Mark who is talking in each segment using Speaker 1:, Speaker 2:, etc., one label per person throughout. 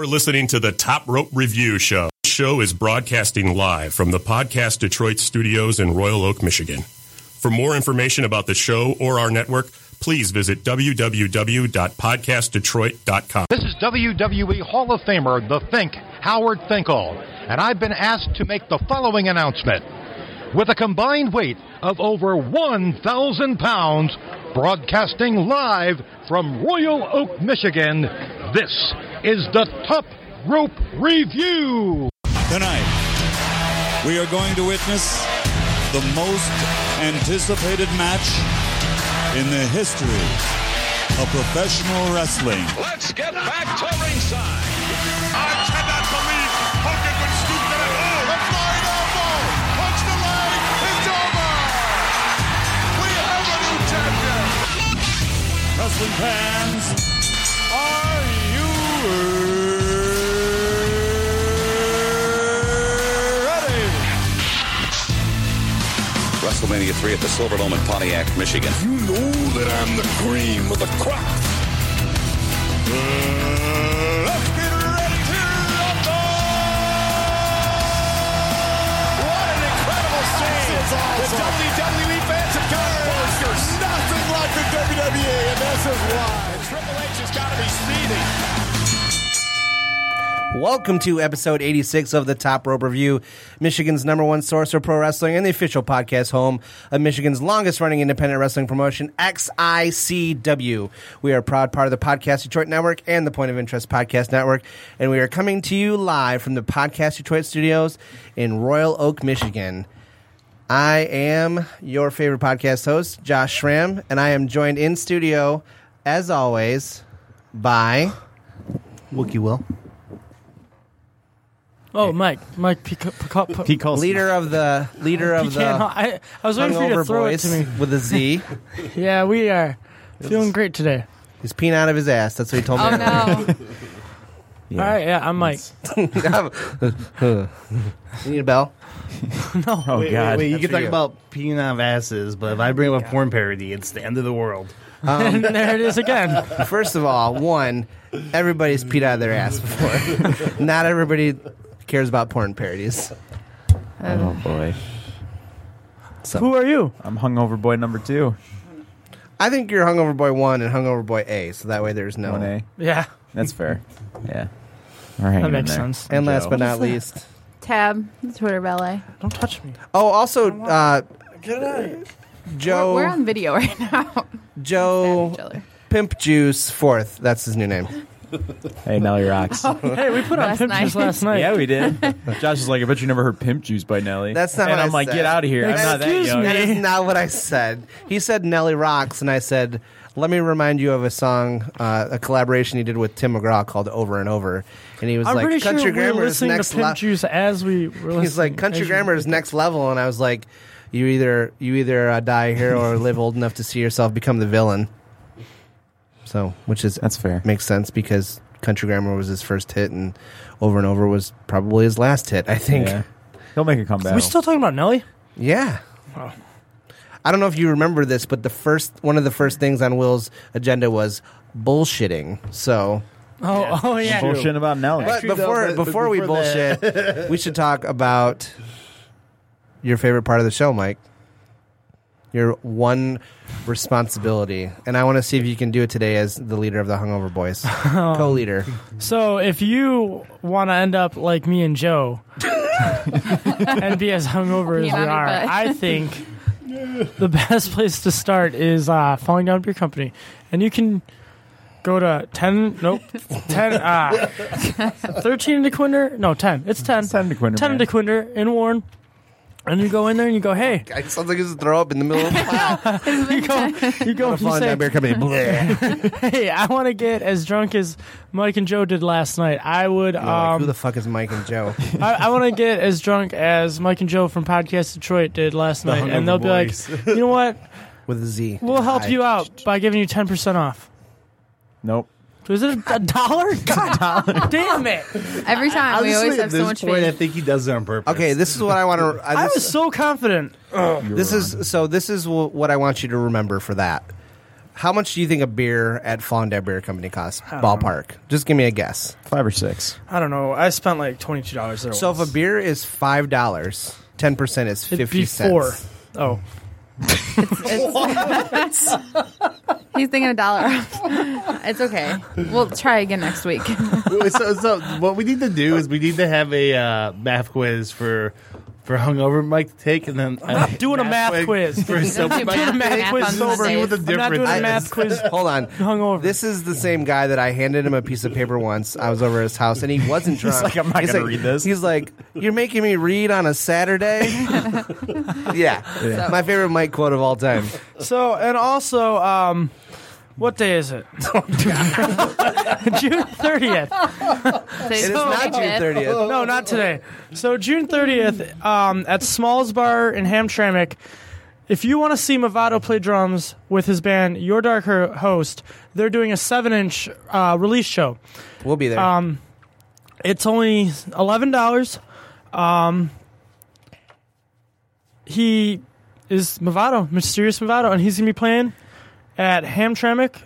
Speaker 1: We're listening to the Top Rope Review Show. This show is broadcasting live from the Podcast Detroit studios in Royal Oak, Michigan. For more information about the show or our network, please visit www.podcastdetroit.com.
Speaker 2: This is WWE Hall of Famer, The Think, Howard Finkel, and I've been asked to make the following announcement. With a combined weight of over 1,000 pounds, broadcasting live from Royal Oak, Michigan, this is the Top Rope Review.
Speaker 3: Tonight, we are going to witness the most anticipated match in the history of professional wrestling.
Speaker 4: Let's get back to ringside. I cannot believe Hogan would stoop to that. Oh, a flying elbow. Punch the leg. It's over. We have a new champion.
Speaker 3: Wrestling fans, are you ready?
Speaker 5: WrestleMania 3 at the Silverdome in Pontiac, Michigan.
Speaker 6: You know that I'm the cream of the crop.
Speaker 4: Uh, let's get ready to rumble. What an incredible scene. The WWE fans have got to There's nothing like the WWE, and this is why. Triple H has got to be seething.
Speaker 7: Welcome to episode 86 of the Top Rope Review, Michigan's number one source for pro wrestling and the official podcast home of Michigan's longest running independent wrestling promotion, XICW. We are a proud part of the Podcast Detroit Network and the Point of Interest Podcast Network, and we are coming to you live from the Podcast Detroit studios in Royal Oak, Michigan. I am your favorite podcast host, Josh Schramm, and I am joined in studio, as always, by.
Speaker 8: Wookie Will.
Speaker 9: Oh, Mike, Mike Pico, Pico, Pico,
Speaker 7: leader of the leader of the
Speaker 9: Piano. I, I was waiting for you to
Speaker 7: hungover
Speaker 9: throw it
Speaker 7: voice
Speaker 9: to me.
Speaker 7: with a Z.
Speaker 9: Yeah, we are feeling great today.
Speaker 7: He's peeing out of his ass. That's what he told me.
Speaker 10: Oh no!
Speaker 9: All right, yeah, I'm Mike.
Speaker 7: You need a bell.
Speaker 8: Oh
Speaker 7: God.
Speaker 8: you
Speaker 7: That's
Speaker 8: can
Speaker 7: for
Speaker 8: talk
Speaker 7: you.
Speaker 8: about peeing out of asses, but if I bring up a porn parody, it's the end of the world.
Speaker 9: and there it is again.
Speaker 7: First of all, one, everybody's peed out of their ass before. Not everybody cares about porn parodies.
Speaker 11: Oh boy,
Speaker 9: Who are you?
Speaker 11: I'm hungover boy number two.
Speaker 7: I think you're hungover boy one and hungover boy A, so that way there's no.
Speaker 11: One A.
Speaker 9: Yeah,
Speaker 11: That's fair. Yeah. All right.
Speaker 9: that makes sense.
Speaker 7: And last
Speaker 11: Joe.
Speaker 7: but not least,
Speaker 10: Tab Twitter ballet.
Speaker 9: Don't touch me.
Speaker 7: oh, also, uh,
Speaker 10: We're,
Speaker 7: Joe
Speaker 10: we're on video right now.
Speaker 7: Joe
Speaker 10: Each other.
Speaker 7: Pimp Juice Fourth. That's his new name.
Speaker 11: Hey, Nelly rocks.
Speaker 9: Hey, we put on
Speaker 10: Last
Speaker 9: pictures
Speaker 10: night.
Speaker 9: last night.
Speaker 11: yeah, we did. Oh, Josh is like, I bet you never heard "Pimp Juice" by Nelly.
Speaker 7: That's not
Speaker 11: And
Speaker 7: what I
Speaker 11: I'm like,
Speaker 7: said.
Speaker 11: get out of here. I'm not that
Speaker 9: Excuse
Speaker 11: young.
Speaker 7: That
Speaker 9: me.
Speaker 7: is not what I said. He said Nelly rocks, and I said, "Let me remind you of a song, uh, a collaboration he did with Tim McGraw called Over and Over." And he was
Speaker 9: I'm
Speaker 7: like,
Speaker 9: pretty sure
Speaker 7: "Country
Speaker 9: we were
Speaker 7: grammar is
Speaker 9: listening to
Speaker 7: next
Speaker 9: Pimp
Speaker 7: level."
Speaker 9: Juice as we were listening.
Speaker 7: He's like, "Country
Speaker 9: as you-
Speaker 7: grammar is next level," and I was like, "You either you either uh, die a hero or live old enough to see yourself become the villain." So, which is
Speaker 11: That's fair.
Speaker 7: makes sense because Country Grammar was his first hit, and Over and Over was probably his last hit. I think.
Speaker 11: Yeah. He'll make a comeback.
Speaker 9: Are we still talking about Nelly?
Speaker 7: Yeah. I don't know if you remember this, but the first one of the first things on Will's agenda was bullshitting. So,
Speaker 9: Oh, oh yeah.
Speaker 11: bullshit about Nelly.
Speaker 7: but
Speaker 8: True, though,
Speaker 7: before
Speaker 8: but- but
Speaker 7: before we
Speaker 8: before that-
Speaker 7: bullshit, we should talk about your favorite part of the show, Mike. Your one responsibility, and I want to see if you can do it today as the leader of the Hungover Boys, co-leader.
Speaker 9: So if you want to end up like me and Joe and be as hungover as we
Speaker 10: Yeah,
Speaker 9: are,
Speaker 10: but-
Speaker 9: I think the best place to start is uh, falling down beer company, and you can go to ten. Nope, ten. Uh, Thirteen to Quinder. No, ten. It's ten.
Speaker 11: 10 to Quinder,
Speaker 9: Ten
Speaker 11: man.
Speaker 9: to Quinder in Warren. And you go in there and you go, hey,
Speaker 7: I sounds like he's a throw up in the middle of
Speaker 9: you go, you go, and you
Speaker 7: falling
Speaker 9: say,
Speaker 7: down beer company. Bleh.
Speaker 9: hey, I want to get as drunk as Mike and Joe did last night. I would,
Speaker 7: Like,
Speaker 9: um,
Speaker 7: who the fuck is Mike and Joe?
Speaker 9: I, I want to get as drunk as Mike and Joe from Podcast Detroit did last night, and they'll be like, you know what?
Speaker 7: With a Z.
Speaker 9: We'll help
Speaker 7: I-
Speaker 9: you out by giving you ten percent off.
Speaker 11: nope.
Speaker 9: Is it a, a dollar? God damn it!
Speaker 10: Every time we always
Speaker 8: Honestly, at
Speaker 10: have so
Speaker 8: this
Speaker 10: much
Speaker 8: point, I
Speaker 10: faith.
Speaker 8: think he does it on purpose.
Speaker 7: Okay, this is what I want to.
Speaker 9: I was so confident.
Speaker 7: This is so. This is wh- what I want you to remember for that. How much do you think a beer at Fondue Beer Company costs?
Speaker 9: I don't
Speaker 7: Ballpark. Just give me a guess.
Speaker 11: Five or six.
Speaker 9: I don't know. I spent like twenty two dollars there.
Speaker 7: So if a beer is five dollars, ten percent is
Speaker 9: It'd
Speaker 7: fifty
Speaker 9: be four.
Speaker 7: cents.
Speaker 9: Oh,
Speaker 10: He's thinking a dollar. it's okay. We'll try again next week.
Speaker 8: so, so what we need to do is we need to have a uh, math quiz for for hungover Mike to take, and then uh,
Speaker 9: not doing a math quiz.
Speaker 8: for sober
Speaker 9: I'm not
Speaker 8: Mike
Speaker 9: doing
Speaker 8: to
Speaker 9: a math
Speaker 8: take.
Speaker 9: quiz
Speaker 8: See
Speaker 9: sober.
Speaker 8: what the
Speaker 9: I'm not doing
Speaker 8: difference
Speaker 9: a
Speaker 8: is.
Speaker 9: math quiz.
Speaker 7: Hold on.
Speaker 9: Hungover.
Speaker 7: This is the same guy that I handed him a piece of paper once. I was over at his house and he wasn't drunk.
Speaker 11: like, "I'm not
Speaker 7: He's
Speaker 11: gonna
Speaker 7: like-
Speaker 11: read this."
Speaker 7: He's like, You're making me read on a Saturday? yeah.
Speaker 11: Yeah.
Speaker 7: My favorite Mike quote of all time.
Speaker 9: So and also, um, what day is it? June thirtieth.
Speaker 10: Today's
Speaker 7: It is not June 30th.
Speaker 9: No, not today. So June thirtieth um, at Smalls Bar in Hamtramck. If you want to see Movado play drums with his band Your Dark Ho- Host, they're doing a seven-inch uh, release show.
Speaker 7: We'll be there.
Speaker 9: Um, it's only eleven dollars. Um, he is Movado, mysterious Movado, and he's gonna be playing at Hamtramck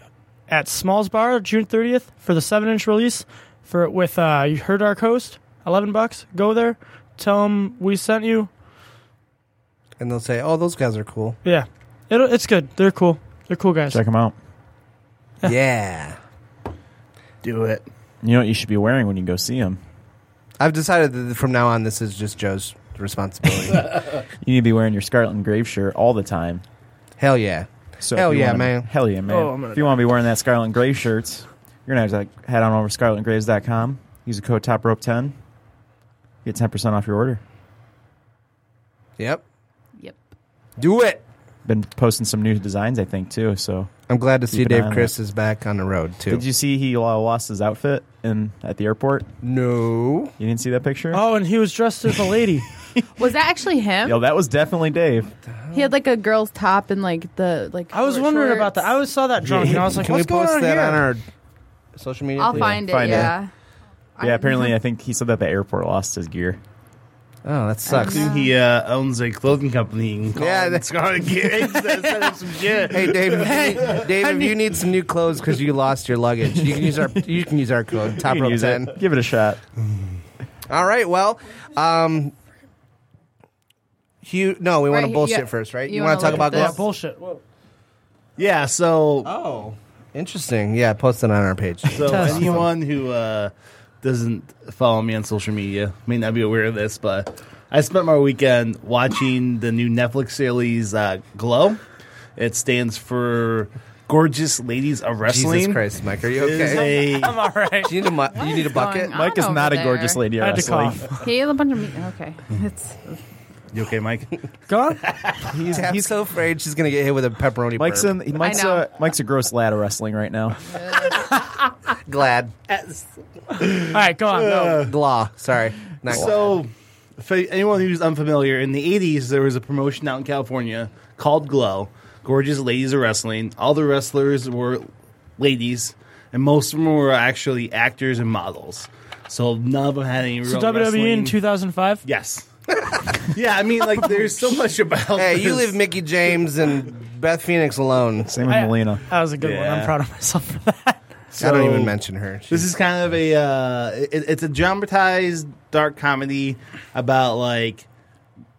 Speaker 9: at Smalls Bar June thirtieth for the seven inch release for with uh, you heard our host. Eleven bucks. Go there. Tell him we sent you.
Speaker 7: and they'll say, Oh, those guys are cool.
Speaker 9: Yeah, It'll, it's good. They're cool. They're cool guys.
Speaker 11: Check them out.
Speaker 7: yeah.
Speaker 8: Do it.
Speaker 11: You know what you should be wearing when you go see them?
Speaker 7: I've decided that from now on this is just Joe's responsibility.
Speaker 11: You need to be wearing your Scarlet and Grave shirt all the time.
Speaker 7: Hell yeah.
Speaker 11: So
Speaker 7: Hell
Speaker 11: if you
Speaker 7: yeah,
Speaker 11: wanna-
Speaker 7: man.
Speaker 11: Hell yeah, man.
Speaker 9: Oh, I'm gonna
Speaker 11: if you want to be wearing that Scarlet and Grave shirts, you're going to have to head on over to scarletandgraves.com. Use the code TOPROPE10. Get 10% off your order.
Speaker 7: Yep.
Speaker 10: Yep.
Speaker 7: Do it.
Speaker 11: Been posting some new designs, I think, too. So
Speaker 7: I'm glad to see
Speaker 11: Keep an eye
Speaker 7: Dave
Speaker 11: on
Speaker 7: Chris is back on the road too.
Speaker 11: Did you see he uh, lost his outfit in at the airport?
Speaker 7: No.
Speaker 11: You didn't see that picture?
Speaker 9: Oh, and he was dressed as a lady.
Speaker 10: Was that actually him?
Speaker 11: Yo, that was definitely Dave.
Speaker 10: He had like a girl's top and like the like.
Speaker 9: I was
Speaker 10: short
Speaker 9: wondering
Speaker 10: shorts.
Speaker 9: about that. I always saw that drunk, and I was like,
Speaker 7: Can
Speaker 9: "What's
Speaker 7: we post
Speaker 9: going on
Speaker 7: that
Speaker 9: here?"
Speaker 7: on our social media?
Speaker 10: I'll
Speaker 7: please?
Speaker 10: find it.
Speaker 11: Find it.
Speaker 10: yeah.
Speaker 11: Yeah, apparently I think he said that the airport lost his gear.
Speaker 7: Oh, that sucks.
Speaker 8: He uh, owns a clothing company. And call
Speaker 7: Yeah,
Speaker 8: yeah,
Speaker 7: that-
Speaker 8: that's Scarlet Gear. Set up some shit.
Speaker 7: Hey Dave, if you- Dave,
Speaker 9: I
Speaker 7: if you need some new clothes because you lost your luggage, you can use our you can use our code top
Speaker 11: You can
Speaker 7: rope
Speaker 11: use
Speaker 7: ten.
Speaker 11: it. Give it a shot.
Speaker 7: All right, well, um, Hugh. No, we want
Speaker 10: Right,
Speaker 7: to
Speaker 10: you-
Speaker 7: bullshit
Speaker 10: yeah.
Speaker 7: first, right?
Speaker 10: You
Speaker 7: You, want
Speaker 10: wanna
Speaker 7: to talk
Speaker 10: look
Speaker 7: about
Speaker 10: at
Speaker 9: Yeah,
Speaker 10: this.
Speaker 7: gloves?
Speaker 9: bullshit. Whoa.
Speaker 8: Yeah, so
Speaker 7: oh, interesting. Yeah, post it on our page.
Speaker 8: So
Speaker 9: Test.
Speaker 8: anyone who uh, doesn't follow me on social media may not be aware of this, but I spent my weekend watching the new Netflix series uh, Glow. It stands for Gorgeous Ladies of Wrestling.
Speaker 7: Jesus Christ, Mike, are you
Speaker 8: It is
Speaker 7: okay?
Speaker 8: a-
Speaker 9: I'm all right.
Speaker 7: Do you need a mu- you need a bucket?
Speaker 10: going on?
Speaker 11: Mike is
Speaker 10: over
Speaker 11: not a
Speaker 10: there.
Speaker 11: gorgeous lady.
Speaker 9: I had to
Speaker 11: wrestling.
Speaker 9: cough.
Speaker 10: He had a bunch of meat. Okay. It's,
Speaker 8: you okay, Mike?
Speaker 9: Go on.
Speaker 7: He's, he's so afraid she's gonna get hit with a pepperoni.
Speaker 11: Mike's
Speaker 7: burp.
Speaker 11: in. Mike's
Speaker 10: I know.
Speaker 11: a Mike's a gross lad of wrestling right now.
Speaker 7: glad.
Speaker 9: All right, go on.
Speaker 7: No, glah. Sorry, not glad.
Speaker 8: so, for anyone who's unfamiliar, in the 80s, there was a promotion out in California called Glow, Gorgeous Ladies of Wrestling. All the wrestlers were ladies, and most of them were actually actors and models. So, none of them had any
Speaker 9: So
Speaker 8: real
Speaker 9: WWE in
Speaker 8: wrestling-
Speaker 9: 2005.
Speaker 8: Yes. yeah, I mean, like, there's so much about
Speaker 7: Hey, you
Speaker 8: this.
Speaker 7: leave Mickey James and Beth Phoenix alone.
Speaker 11: Same with
Speaker 9: I-
Speaker 11: Melina.
Speaker 9: That was a good one. I'm
Speaker 8: Yeah.
Speaker 9: proud of myself for that.
Speaker 7: I don't even
Speaker 8: So-
Speaker 7: mention her.
Speaker 8: This is kind of a uh, it, it's a dramatized dark comedy about like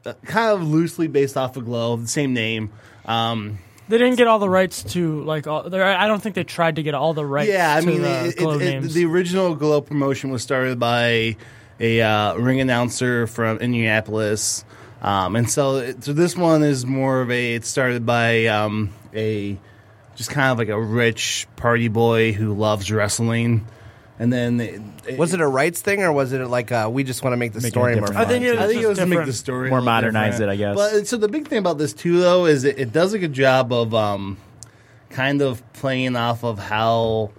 Speaker 8: uh, kind of loosely based off of Glow, the same name. Um,
Speaker 9: They didn't get all the rights to like. All, there- I don't think they tried to get all the rights.
Speaker 8: yeah, I
Speaker 9: to
Speaker 8: mean
Speaker 9: the
Speaker 8: it,
Speaker 9: Glow
Speaker 8: it, it,
Speaker 9: names.
Speaker 8: the original Glow promotion was started by a uh, ring announcer from Indianapolis, um, and so it, so this one is more of a it's started by um, a just kind of like a rich party boy who loves wrestling, and then it, it,
Speaker 7: Was it a rights thing or was it like uh, we just want to make the
Speaker 11: Make it
Speaker 7: story more
Speaker 11: different.
Speaker 7: fun?
Speaker 9: I think it
Speaker 8: I
Speaker 9: was
Speaker 8: think it was
Speaker 9: just
Speaker 8: to make
Speaker 9: different.
Speaker 8: the story
Speaker 11: More
Speaker 8: a little
Speaker 11: modernize
Speaker 8: different.
Speaker 11: it, I guess.
Speaker 8: But so the big thing about this too, though, is it, it does a good job of um, kind of playing off of how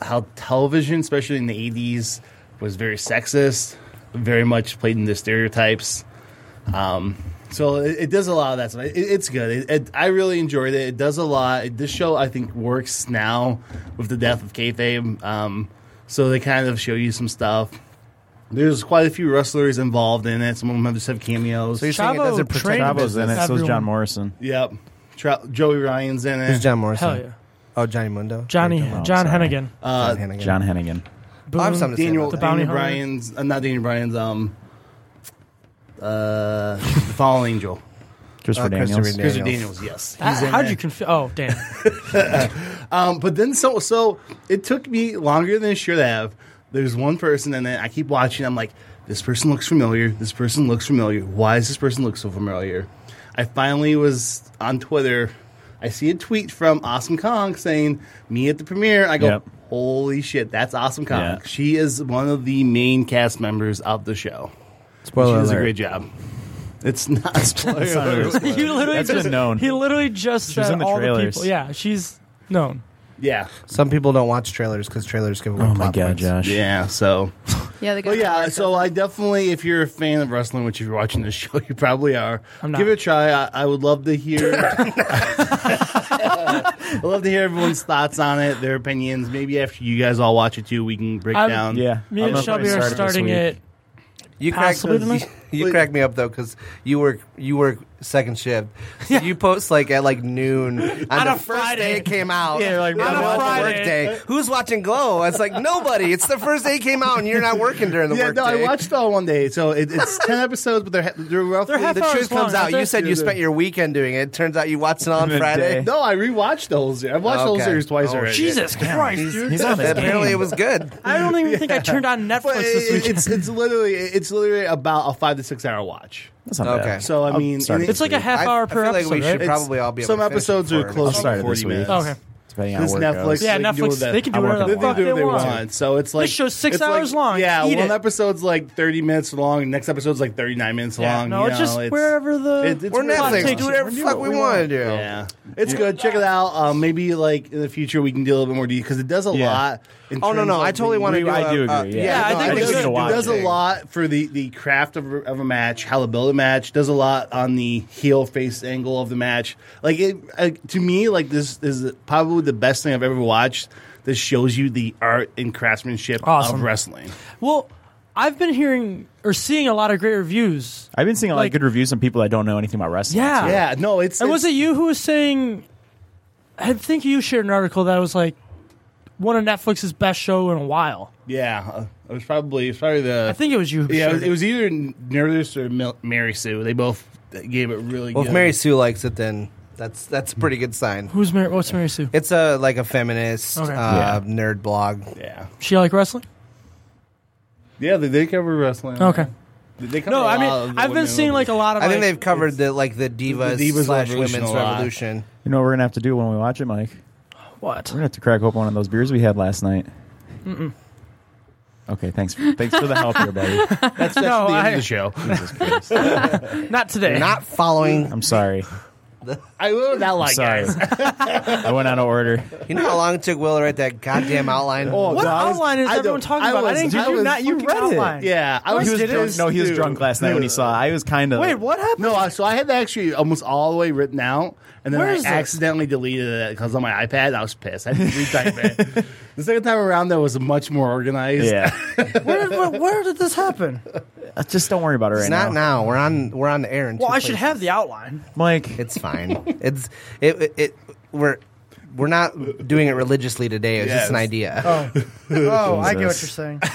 Speaker 8: how television, especially in the eighties, was very sexist, very much played into stereotypes. Um, so it, it does a lot of that stuff. It, it's good. It, it, I really enjoyed it. It does a lot. This show I think works now with the death of kayfabe. Um, so they kind of show you some stuff. There's quite a few wrestlers involved in it. Some of them just have cameos.
Speaker 7: So you're saying it
Speaker 9: Chavo
Speaker 7: doesn't protect
Speaker 9: trained
Speaker 7: the
Speaker 11: Chavo's in it.
Speaker 7: business.
Speaker 11: So is
Speaker 9: Everyone-
Speaker 11: John Morrison.
Speaker 8: yep. Tra- Joey Ryan's in it.
Speaker 7: Who's John Morrison?
Speaker 9: Hell yeah.
Speaker 7: Oh, Johnny Mundo.
Speaker 9: Johnny-
Speaker 7: Or Johnny-
Speaker 9: John
Speaker 7: sorry.
Speaker 9: Hennigan.
Speaker 8: Uh,
Speaker 7: John Hennigan.
Speaker 11: John Hennigan.
Speaker 7: I have something to say
Speaker 8: Daniel,
Speaker 7: about that.
Speaker 8: Daniel Bryan's, uh, not Daniel Bryan's, um, uh, the Fallen Angel.
Speaker 11: Christopher Uh, Daniels. Christopher
Speaker 8: Christopher
Speaker 11: Daniels.
Speaker 8: Daniels, yes.
Speaker 9: Ah,
Speaker 8: He's in
Speaker 9: how'd
Speaker 8: that.
Speaker 9: you confuse? Oh, damn.
Speaker 8: um, but then so so it took me longer than it should have. There's one person, and then I keep watching. I'm like, this person looks familiar. This person looks familiar. Why does this person look so familiar? I finally was on Twitter. I see a tweet from Awesome Kong saying, "Me at the premiere." I go,
Speaker 11: Yep.
Speaker 8: "Holy shit, that's Awesome Kong!
Speaker 11: Yeah.
Speaker 8: She is one of the main cast members of the show.
Speaker 7: Spoiler
Speaker 8: she does a
Speaker 7: alert.
Speaker 8: great job. It's not a spoiler.
Speaker 11: It's not really a
Speaker 8: alert.
Speaker 11: spoiler.
Speaker 9: He literally
Speaker 11: That's
Speaker 9: just
Speaker 11: been known.
Speaker 9: He literally just
Speaker 11: She's
Speaker 9: said
Speaker 11: in the
Speaker 9: all
Speaker 11: trailers.
Speaker 9: the people. Yeah, she's known.
Speaker 8: Yeah.
Speaker 7: Some people don't watch trailers because trailers give away.
Speaker 11: Oh my
Speaker 7: plot
Speaker 11: god,
Speaker 7: points.
Speaker 11: Josh.
Speaker 8: Yeah. So.
Speaker 10: Yeah, they got
Speaker 8: Well, yeah. So I definitely, if you're a fan of wrestling, which if you're watching this show, you probably are.
Speaker 9: I'm not.
Speaker 8: Give it a try. I, I would love to hear. I love to hear everyone's thoughts on it, their opinions. Maybe after you guys all watch it too, we can break
Speaker 9: I'm-
Speaker 8: down.
Speaker 11: Yeah.
Speaker 9: Me
Speaker 11: I'm
Speaker 9: and
Speaker 11: not
Speaker 9: Shelby
Speaker 11: gonna
Speaker 9: are
Speaker 11: start
Speaker 9: starting
Speaker 11: this
Speaker 9: it.
Speaker 11: week.
Speaker 7: You crack,
Speaker 9: Possibly
Speaker 7: those-
Speaker 9: tonight?
Speaker 7: you, you crack me up though because you work you work second shift. So You post like at like noon on,
Speaker 9: On
Speaker 7: the
Speaker 9: a
Speaker 7: first
Speaker 9: Friday.
Speaker 7: day it came out.
Speaker 11: Yeah, you're like,
Speaker 7: on
Speaker 11: "We're
Speaker 7: a
Speaker 11: watching
Speaker 7: Friday.
Speaker 9: Friday."
Speaker 7: Workday. Who's watching Glow? It's like nobody. It's the first day it came out and you're not working during the
Speaker 8: Yeah,
Speaker 7: workday.
Speaker 8: no, I watched it all one day, so it, it's ten episodes, but they're ha- they're roughly.
Speaker 9: half
Speaker 7: The
Speaker 9: hours
Speaker 7: truth comes
Speaker 9: long.
Speaker 7: out. You
Speaker 9: That's
Speaker 7: said you
Speaker 8: it.
Speaker 7: spent your weekend doing it. Turns out you watched it on
Speaker 11: Midday.
Speaker 7: Friday.
Speaker 8: no, Oh, I rewatched the whole series. I've watched the whole
Speaker 7: Okay.
Speaker 8: series twice
Speaker 7: Oh,
Speaker 8: already.
Speaker 9: Jesus Christ, dude.
Speaker 11: he's on his
Speaker 7: That
Speaker 11: game.
Speaker 7: apparently it was good.
Speaker 9: I don't even think I turned on Netflix
Speaker 8: But
Speaker 9: this
Speaker 8: it-
Speaker 9: weekend.
Speaker 8: it's it's literally it's literally about a five to six hour watch.
Speaker 11: That's not
Speaker 7: Okay.
Speaker 11: bad.
Speaker 8: So I
Speaker 11: I'll
Speaker 8: mean,
Speaker 11: start
Speaker 8: and
Speaker 11: it
Speaker 8: it-
Speaker 9: It's like a half
Speaker 7: I-
Speaker 9: hour
Speaker 7: I
Speaker 9: per
Speaker 7: feel like
Speaker 9: episode.
Speaker 7: we should
Speaker 9: right?
Speaker 7: probably all be able
Speaker 8: some
Speaker 7: to finish
Speaker 8: episodes
Speaker 7: before
Speaker 8: are
Speaker 7: next
Speaker 8: close
Speaker 11: I'll
Speaker 7: week.
Speaker 11: start
Speaker 8: to
Speaker 11: it this
Speaker 8: forty
Speaker 11: week.
Speaker 8: minutes.
Speaker 9: Okay.
Speaker 11: Depending on
Speaker 8: This
Speaker 11: where it
Speaker 8: Netflix,
Speaker 11: goes.
Speaker 9: Yeah,
Speaker 8: they can do
Speaker 9: Netflix,
Speaker 8: what
Speaker 9: they can do
Speaker 8: I want
Speaker 9: whatever
Speaker 8: them.
Speaker 9: the fuck
Speaker 8: They do what
Speaker 9: they
Speaker 8: they
Speaker 9: want.
Speaker 8: want. So it's like
Speaker 9: show's six
Speaker 8: it's like-
Speaker 9: hours long.
Speaker 8: Yeah,
Speaker 9: Eat
Speaker 8: one
Speaker 9: it.
Speaker 8: episode's like thirty minutes long. Next episode's like thirty nine minutes
Speaker 9: Yeah,
Speaker 8: long.
Speaker 9: no,
Speaker 8: you
Speaker 9: it's just
Speaker 8: know, it's,
Speaker 9: wherever the-
Speaker 8: it- it's
Speaker 7: We're
Speaker 8: wherever
Speaker 9: Netflix.
Speaker 8: it
Speaker 7: Netflix.
Speaker 8: takes
Speaker 9: Take
Speaker 7: Do
Speaker 9: it.
Speaker 8: you.
Speaker 7: whatever
Speaker 9: We
Speaker 7: the
Speaker 9: do
Speaker 7: fuck
Speaker 9: what
Speaker 7: we
Speaker 9: we
Speaker 7: want to
Speaker 9: want.
Speaker 7: do.
Speaker 8: Yeah, it's good. Check it out. Um, maybe like in the future we can do a little bit more because it does a
Speaker 11: Yeah.
Speaker 8: lot. in
Speaker 7: Oh no
Speaker 8: terms
Speaker 7: no!
Speaker 8: of
Speaker 7: I totally
Speaker 8: the-
Speaker 7: want to
Speaker 11: we-
Speaker 7: do.
Speaker 11: I
Speaker 7: a-
Speaker 11: do
Speaker 7: a-
Speaker 11: agree, yeah.
Speaker 9: Yeah, I
Speaker 7: no,
Speaker 9: think
Speaker 8: it
Speaker 9: we
Speaker 8: does,
Speaker 9: should
Speaker 8: it
Speaker 11: watch
Speaker 8: does a
Speaker 7: it.
Speaker 8: lot for the, the craft of, a- of a match, how to build a match. Does a lot on the heel face angle of the match. Like it uh, to me, like this is probably the best thing I've ever watched. This shows you the art and craftsmanship
Speaker 9: Awesome.
Speaker 8: of wrestling.
Speaker 9: well, I've been hearing or seeing a lot of great reviews.
Speaker 11: I've been seeing a lot
Speaker 9: Like-
Speaker 11: of good reviews from people that don't know anything about wrestling.
Speaker 9: Yeah.
Speaker 11: too.
Speaker 8: Yeah, no, it's
Speaker 9: And was
Speaker 8: it's-
Speaker 9: it you who was saying? I think you shared an article that was like one of Netflix's best show in a while.
Speaker 8: Yeah, uh, it was probably it was probably the.
Speaker 9: I think it was you. Who
Speaker 8: Uh, yeah, it
Speaker 9: shared
Speaker 8: was, it was either Nerdist or Mil- Mary Sue. They both gave it really.
Speaker 7: Well,
Speaker 8: good.
Speaker 7: if Mary Sue likes it, then that's that's a pretty good sign.
Speaker 9: Who's Mary? What's Mary Sue?
Speaker 7: It's a like a feminist
Speaker 9: Okay.
Speaker 7: uh, nerd blog.
Speaker 8: Yeah,
Speaker 9: She like wrestling?
Speaker 8: yeah, they, they cover wrestling.
Speaker 9: Okay.
Speaker 8: They- Uh, they cover
Speaker 9: No,
Speaker 8: a
Speaker 9: I
Speaker 8: lot of
Speaker 9: mean
Speaker 8: the
Speaker 9: I've been
Speaker 8: women
Speaker 9: seeing
Speaker 8: over
Speaker 9: like a lot of.
Speaker 7: I think
Speaker 9: like-
Speaker 7: they've covered the like the divas,
Speaker 8: The divas
Speaker 7: slash
Speaker 8: revolution
Speaker 7: women's
Speaker 8: a lot.
Speaker 7: revolution.
Speaker 11: You know what we're gonna have to do when we watch it, Mike?
Speaker 9: what?
Speaker 11: We're gonna have to crack open one of those beers we had last night. Okay, thanks. Thanks for the help here, buddy.
Speaker 8: That's, that's
Speaker 9: No,
Speaker 8: the end
Speaker 9: I-
Speaker 8: of the show.
Speaker 11: Jesus Christ.
Speaker 9: Not today.
Speaker 7: Not following.
Speaker 11: I'm sorry.
Speaker 8: I love that
Speaker 11: I'm
Speaker 8: like
Speaker 11: sorry. I went out of order.
Speaker 7: You know how long it took Will to write that goddamn outline?
Speaker 9: what
Speaker 8: no, I was-
Speaker 9: outline is
Speaker 8: I
Speaker 9: everyone
Speaker 8: don't-
Speaker 9: talking
Speaker 8: I
Speaker 9: about? I
Speaker 8: was-
Speaker 9: didn't
Speaker 8: I
Speaker 9: give you
Speaker 8: was
Speaker 9: not. You
Speaker 11: fucking
Speaker 9: read
Speaker 11: outline.
Speaker 9: it.
Speaker 8: Yeah, I was,
Speaker 11: He was drunk. No, he was drunk last night when he saw. I was kind of.
Speaker 9: Wait, what happened?
Speaker 8: No, I- so I had that actually almost all the way written out, and then
Speaker 9: Where
Speaker 8: I
Speaker 9: is this?
Speaker 8: accidentally deleted it because on my iPad I was pissed. I had to retype it. The second time around, that was much more organized.
Speaker 11: Yeah.
Speaker 9: Where, did, where, where did this happen?
Speaker 11: Just don't worry about it right
Speaker 7: it's not
Speaker 11: now.
Speaker 7: now. We're on we're on the air. In
Speaker 9: Well,
Speaker 7: two
Speaker 9: I should
Speaker 7: places.
Speaker 9: have the outline.
Speaker 11: Mike,
Speaker 7: It's fine. it's it, it it we're we're not doing it religiously today. It's just an
Speaker 8: Yes.
Speaker 7: idea.
Speaker 9: Oh, oh, I get what you're
Speaker 11: Jesus.
Speaker 9: saying.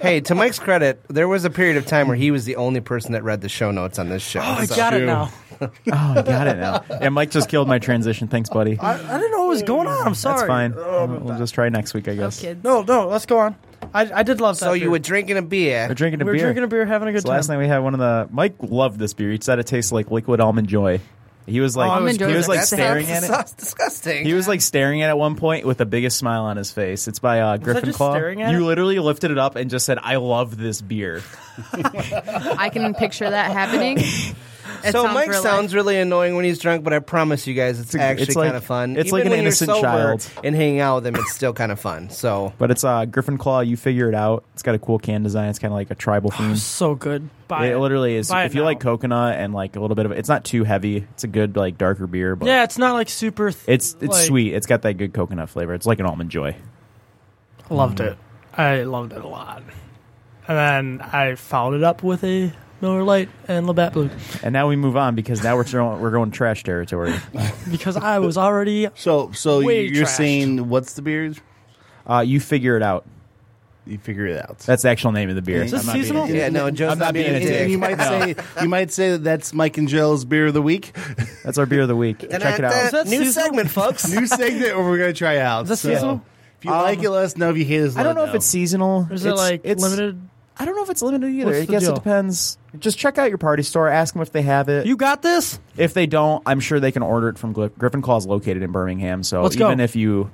Speaker 7: Hey, to Mike's credit, there was a period of time where he was the only person that read the show notes on this show.
Speaker 9: Oh, I
Speaker 7: So-
Speaker 9: got it
Speaker 8: true.
Speaker 9: now.
Speaker 11: Oh, I got it now. And Mike just killed my transition. Thanks, buddy.
Speaker 9: I, I didn't know what was going on. I'm sorry.
Speaker 11: That's fine.
Speaker 9: Oh,
Speaker 11: we'll we'll just try next week, I guess.
Speaker 10: kids.
Speaker 9: No, no, let's go on. I, I did love that.
Speaker 7: so you
Speaker 9: beer.
Speaker 7: were drinking a beer.
Speaker 11: We're drinking a
Speaker 9: we were
Speaker 11: beer.
Speaker 9: drinking a beer, having a good
Speaker 11: So
Speaker 9: time.
Speaker 11: last night we had one of the. Mike loved this beer. He said it tastes like liquid almond joy. He was like,
Speaker 9: Almond
Speaker 11: he
Speaker 9: Joy
Speaker 11: was
Speaker 9: is
Speaker 11: like
Speaker 9: the best.
Speaker 11: staring at
Speaker 7: That's-
Speaker 11: it.
Speaker 7: That's disgusting.
Speaker 11: He was like staring at it at one point with the biggest smile on his face. It's by uh, Griffin
Speaker 9: just
Speaker 11: Claw.
Speaker 9: staring at
Speaker 11: you
Speaker 9: it?
Speaker 11: literally lifted it up and just said, "I love this beer."
Speaker 10: I can picture that happening. It
Speaker 7: so
Speaker 10: sounds
Speaker 7: Mike
Speaker 10: real
Speaker 7: sounds really annoying when he's drunk, but I promise you guys, it's,
Speaker 11: It's a-
Speaker 7: actually
Speaker 11: it's like-
Speaker 7: kind of fun.
Speaker 11: it's
Speaker 7: Even
Speaker 11: like an
Speaker 7: when you're
Speaker 11: innocent
Speaker 7: sober
Speaker 11: child.
Speaker 7: and hanging out with him, it's still kind of fun. So
Speaker 11: But it's uh, Griffin Claw. You figure it out. It's got a cool can design. It's kind of like a tribal theme.
Speaker 9: so good. Buy
Speaker 11: it, literally is.
Speaker 9: Buy
Speaker 11: if
Speaker 9: it
Speaker 11: you
Speaker 9: now.
Speaker 11: like coconut and like a little bit of, it's not too heavy. It's a good like darker beer, but
Speaker 9: Yeah, it's not like super. Th-
Speaker 11: it's it's
Speaker 9: like-
Speaker 11: sweet. It's got that good coconut flavor. It's like an almond joy.
Speaker 9: Mm-hmm. Loved it. I loved it a lot. And then I followed it up with a Miller Light, and Labatt Blue
Speaker 11: And now we move on because now we're throwing, we're going trash territory.
Speaker 9: because I was already
Speaker 8: so so
Speaker 9: way
Speaker 8: you're
Speaker 9: trashed.
Speaker 8: saying what's the beer?
Speaker 11: Uh, you figure it out.
Speaker 8: You figure it out.
Speaker 11: That's the actual name of the beer.
Speaker 8: Is this
Speaker 11: I'm not being a
Speaker 8: seasonal?
Speaker 11: dick.
Speaker 7: Yeah, no, Joe's
Speaker 11: I'm not being a
Speaker 8: and- and
Speaker 11: dick.
Speaker 8: You might
Speaker 11: No.
Speaker 8: say you might say that that's Mike and Joe's beer of the week.
Speaker 11: That's our beer of the week. Check it out.
Speaker 7: New segment, folks.
Speaker 8: New segment where we're gonna try out.
Speaker 11: Is this
Speaker 8: So,
Speaker 11: seasonal?
Speaker 8: If you like
Speaker 7: Um,
Speaker 8: it, let us know. If you hate us,
Speaker 11: I don't
Speaker 8: let
Speaker 11: know if it's seasonal.
Speaker 9: Is it like limited?
Speaker 11: I don't know if it's limited either.
Speaker 9: What's
Speaker 11: I
Speaker 9: the
Speaker 11: guess
Speaker 9: deal?
Speaker 11: it depends. Just check out your party store. Ask them if they have it.
Speaker 9: You got this?
Speaker 11: if they don't, I'm sure they can order it from Glyph- Griffin Claw's located in Birmingham. So
Speaker 9: Let's go.
Speaker 11: even if you